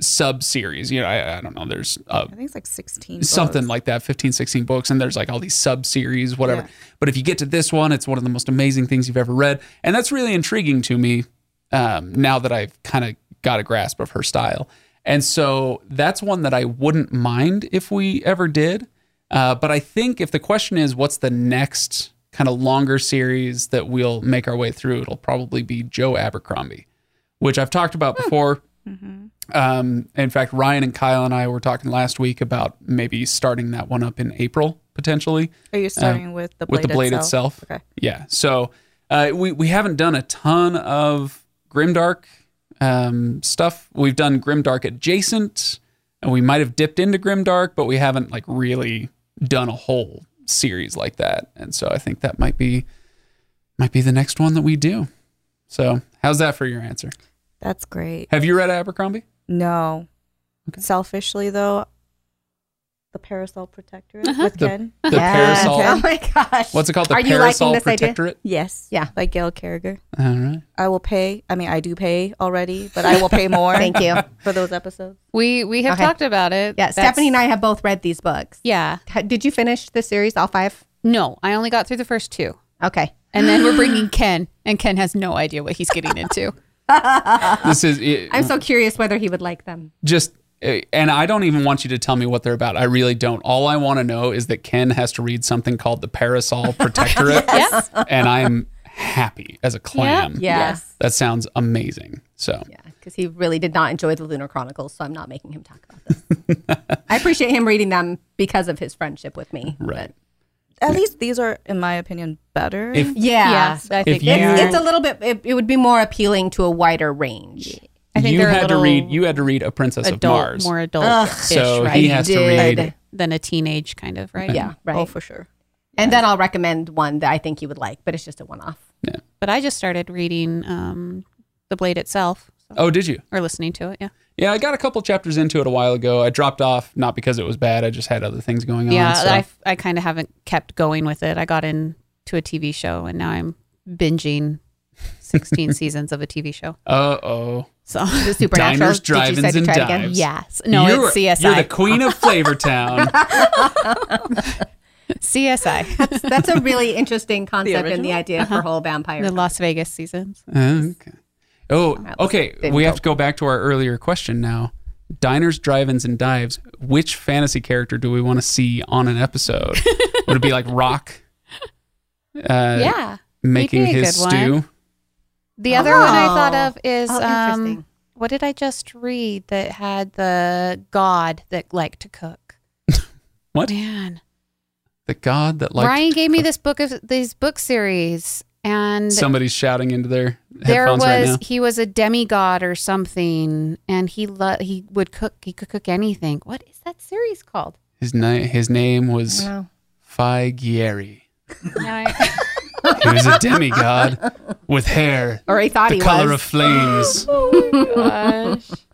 S1: sub series, you know, I, I don't know, there's a
S3: I think it's like 16.
S1: something
S3: books.
S1: like that 15 16 books and there's like all these sub series whatever
S3: Yeah.
S1: but if you get to this one it's one of the most amazing things you've ever read and that's really intriguing to me um, now that i've kind of got a grasp of her style and so that's one that i wouldn't mind if we ever did uh, but i think if the question is what's the next kind of longer series that we'll make our way through it'll probably be joe abercrombie which i've talked about before um, in fact, Ryan and Kyle and I were talking last week about maybe starting that one up in April potentially
S3: Are you starting with the blade
S1: Um, with the blade itself.
S3: Okay.
S1: Yeah. So uh, we we haven't done a ton of grimdark um, stuff. We've done grimdark adjacent, and we might have dipped into grimdark, but we haven't like really done a whole series like that. And so I think that might be might be the next one that we do. So how's that for your answer?
S3: That's great.
S1: Have you read Abercrombie?
S3: No.
S1: Okay.
S3: Selfishly though, the parasol protectorate
S2: Uh-huh.
S3: with
S1: The-
S3: Ken.
S1: The parasol.
S2: oh my gosh
S1: What's it called? The
S2: Are you liking
S1: parasol
S2: this idea?
S1: protectorate.
S3: Yes.
S2: Yeah.
S3: By Gail Carriger.
S1: All right.
S3: I will pay. I mean, I do pay already, but I will pay more.
S2: thank you
S3: for those episodes.
S4: We we have
S2: Okay.
S4: talked about it.
S2: yeah
S4: That's-
S2: stephanie and i have both read these books
S4: Yeah.
S2: Ha- did you finish the series all five
S4: No, I only got through the first two.
S2: okay
S4: And then we're bringing Ken, and Ken has no idea what he's getting into.
S1: this is it,
S2: I'm so curious whether he would like them.
S1: just, eh, and I don't even want you to tell me what they're about. I really don't. All I want to know is that Ken has to read something called the Parasol Protectorate,
S4: Yes.
S1: and I'm happy as a clam.
S2: Yes.
S1: That sounds amazing. So
S2: Yeah, because he really did not enjoy the Lunar Chronicles, so I'm not making him talk about this. I appreciate him reading them because of his friendship with me.
S1: Right.
S3: At least these are, in my opinion, better.
S1: If-
S2: but- Yeah.
S4: Yes, I think
S1: you-
S4: they
S2: It's,
S4: are.
S2: it's a little bit, it, it would be more appealing to a wider range.
S4: I think
S1: you
S4: they're a
S1: had to
S4: little
S1: read. You had to read A Princess of
S4: adult,
S1: Mars.
S4: more adult fish,
S1: so
S4: right?
S1: he has to
S2: Did.
S1: read.
S4: than a teenage kind of, right?
S2: Yeah, right.
S3: Oh, for sure.
S2: And then I'll recommend one that I think you would like, but it's just a one off.
S4: But I just started reading um, The Blade itself
S1: Oh, did you?
S4: or listening to it. Yeah.
S1: Yeah, I got a couple chapters into it a while ago. I dropped off not because it was bad. I just had other things going on.
S4: yeah.
S1: so-
S4: I've- I, kind of haven't kept going with it. I got into a TV show and now I'm binging 16 seasons of a TV show.
S1: Uh oh.
S4: So,
S2: The supernatural.
S1: Diners,
S2: Did you
S1: drive-ins,
S2: say to
S1: and
S2: try it
S1: dives.
S2: again?
S4: yes. No,
S1: You're-
S4: it's CSI.
S1: You're the queen of Flavortown.
S4: CSI.
S2: That's, that's a really interesting concept and the
S3: original?
S2: idea for whole vampire.
S4: Uh-huh. the Las Vegas seasons.
S1: okay. Oh, okay.
S2: didn't
S1: We have to go back to our earlier question now. Diners, drive-ins, and dives. Which fantasy character do we want to see on an episode? Would it be like Rock? Uh,
S4: yeah.
S1: making
S4: He'd be a
S1: his
S4: good one.
S1: stew.
S4: The other one I thought
S2: Oh.
S4: of is
S2: Oh,
S4: um,
S2: interesting.
S4: what did I just read that had the god that liked to cook?
S1: What?
S4: Man,
S1: The god that liked
S4: Ryan gave me this book of these book series, and
S1: somebody's shouting into their
S4: there
S1: headphones
S4: was
S1: right now.
S4: he was a demigod or something, and he lo- he would cook. He could cook anything. What is that series called?
S1: His name his name was
S2: Wow.
S1: Faigieri.
S4: I,
S1: He was a demigod with hair
S2: Or he thought
S1: the
S2: he
S1: color
S2: was. Oh
S1: of flames.
S4: gosh,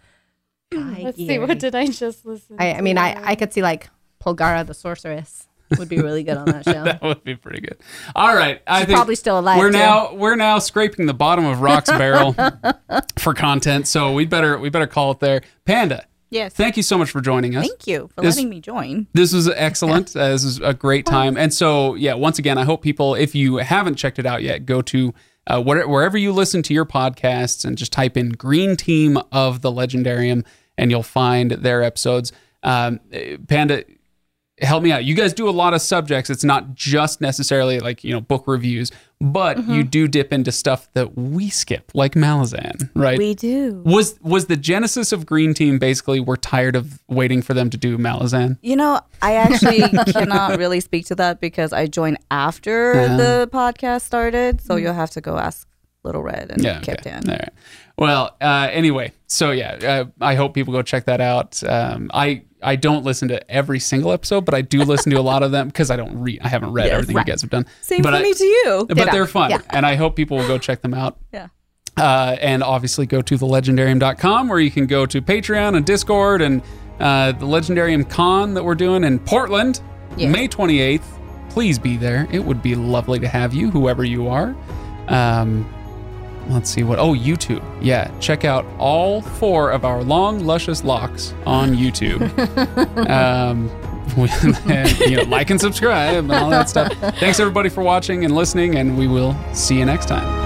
S2: Guy
S4: let's see.
S2: Geary.
S4: What did I just listen?
S2: I, I mean, I, I could see like Polgara the sorceress would be really good on that show.
S1: That would be pretty good. All right, I
S2: She's
S1: think
S2: probably still alive,
S1: We're
S2: too.
S1: now we're now scraping the bottom of Rock's barrel for content, so we better we better call it there. Panda,
S3: Yes.
S1: thank you so much for joining us.
S3: Thank you for
S1: This-
S3: letting me join.
S1: This was excellent. Uh, this was a great time. And so, yeah, once again, I hope people, if you haven't checked it out yet, go to uh, where, wherever you listen to your podcasts and just type in Green Team of the Legendarium and you'll find their episodes. Um, eh, Panda, help me out. You guys do a lot of subjects. It's not just necessarily like, you know, book reviews, but you do dip into stuff that we skip, like Malazan, right?
S3: do.
S1: was was the genesis of Green Team basically we're tired of waiting for them to do Malazan?
S3: You know, I actually cannot really speak to that because I joined after the podcast started. So you'll have to go ask Little Red and
S1: Mm. Yeah. okay.
S3: Captain.
S1: All right. Well, uh, anyway, so yeah, uh, I hope people go check that out. Um, I I don't listen to every single episode, but I do listen to a lot of them because I don't read. I haven't read everything you guys have done.
S3: Same
S1: but
S3: for
S1: I-
S3: me to you.
S1: But they're fun, and I hope people will go check them out.
S3: Yeah.
S1: Uh, and obviously go to thelegendarium.com where you can go to Patreon and Discord and uh, the Legendarium Con that we're doing in Portland, May 28th. Please be there. It would be lovely to have you, whoever you are. Um, let's see what. Oh, YouTube. Yeah, check out all four of our long, luscious locks on YouTube. um, and, you know, like and subscribe and all that stuff. Thanks everybody for watching and listening, and we will see you next time.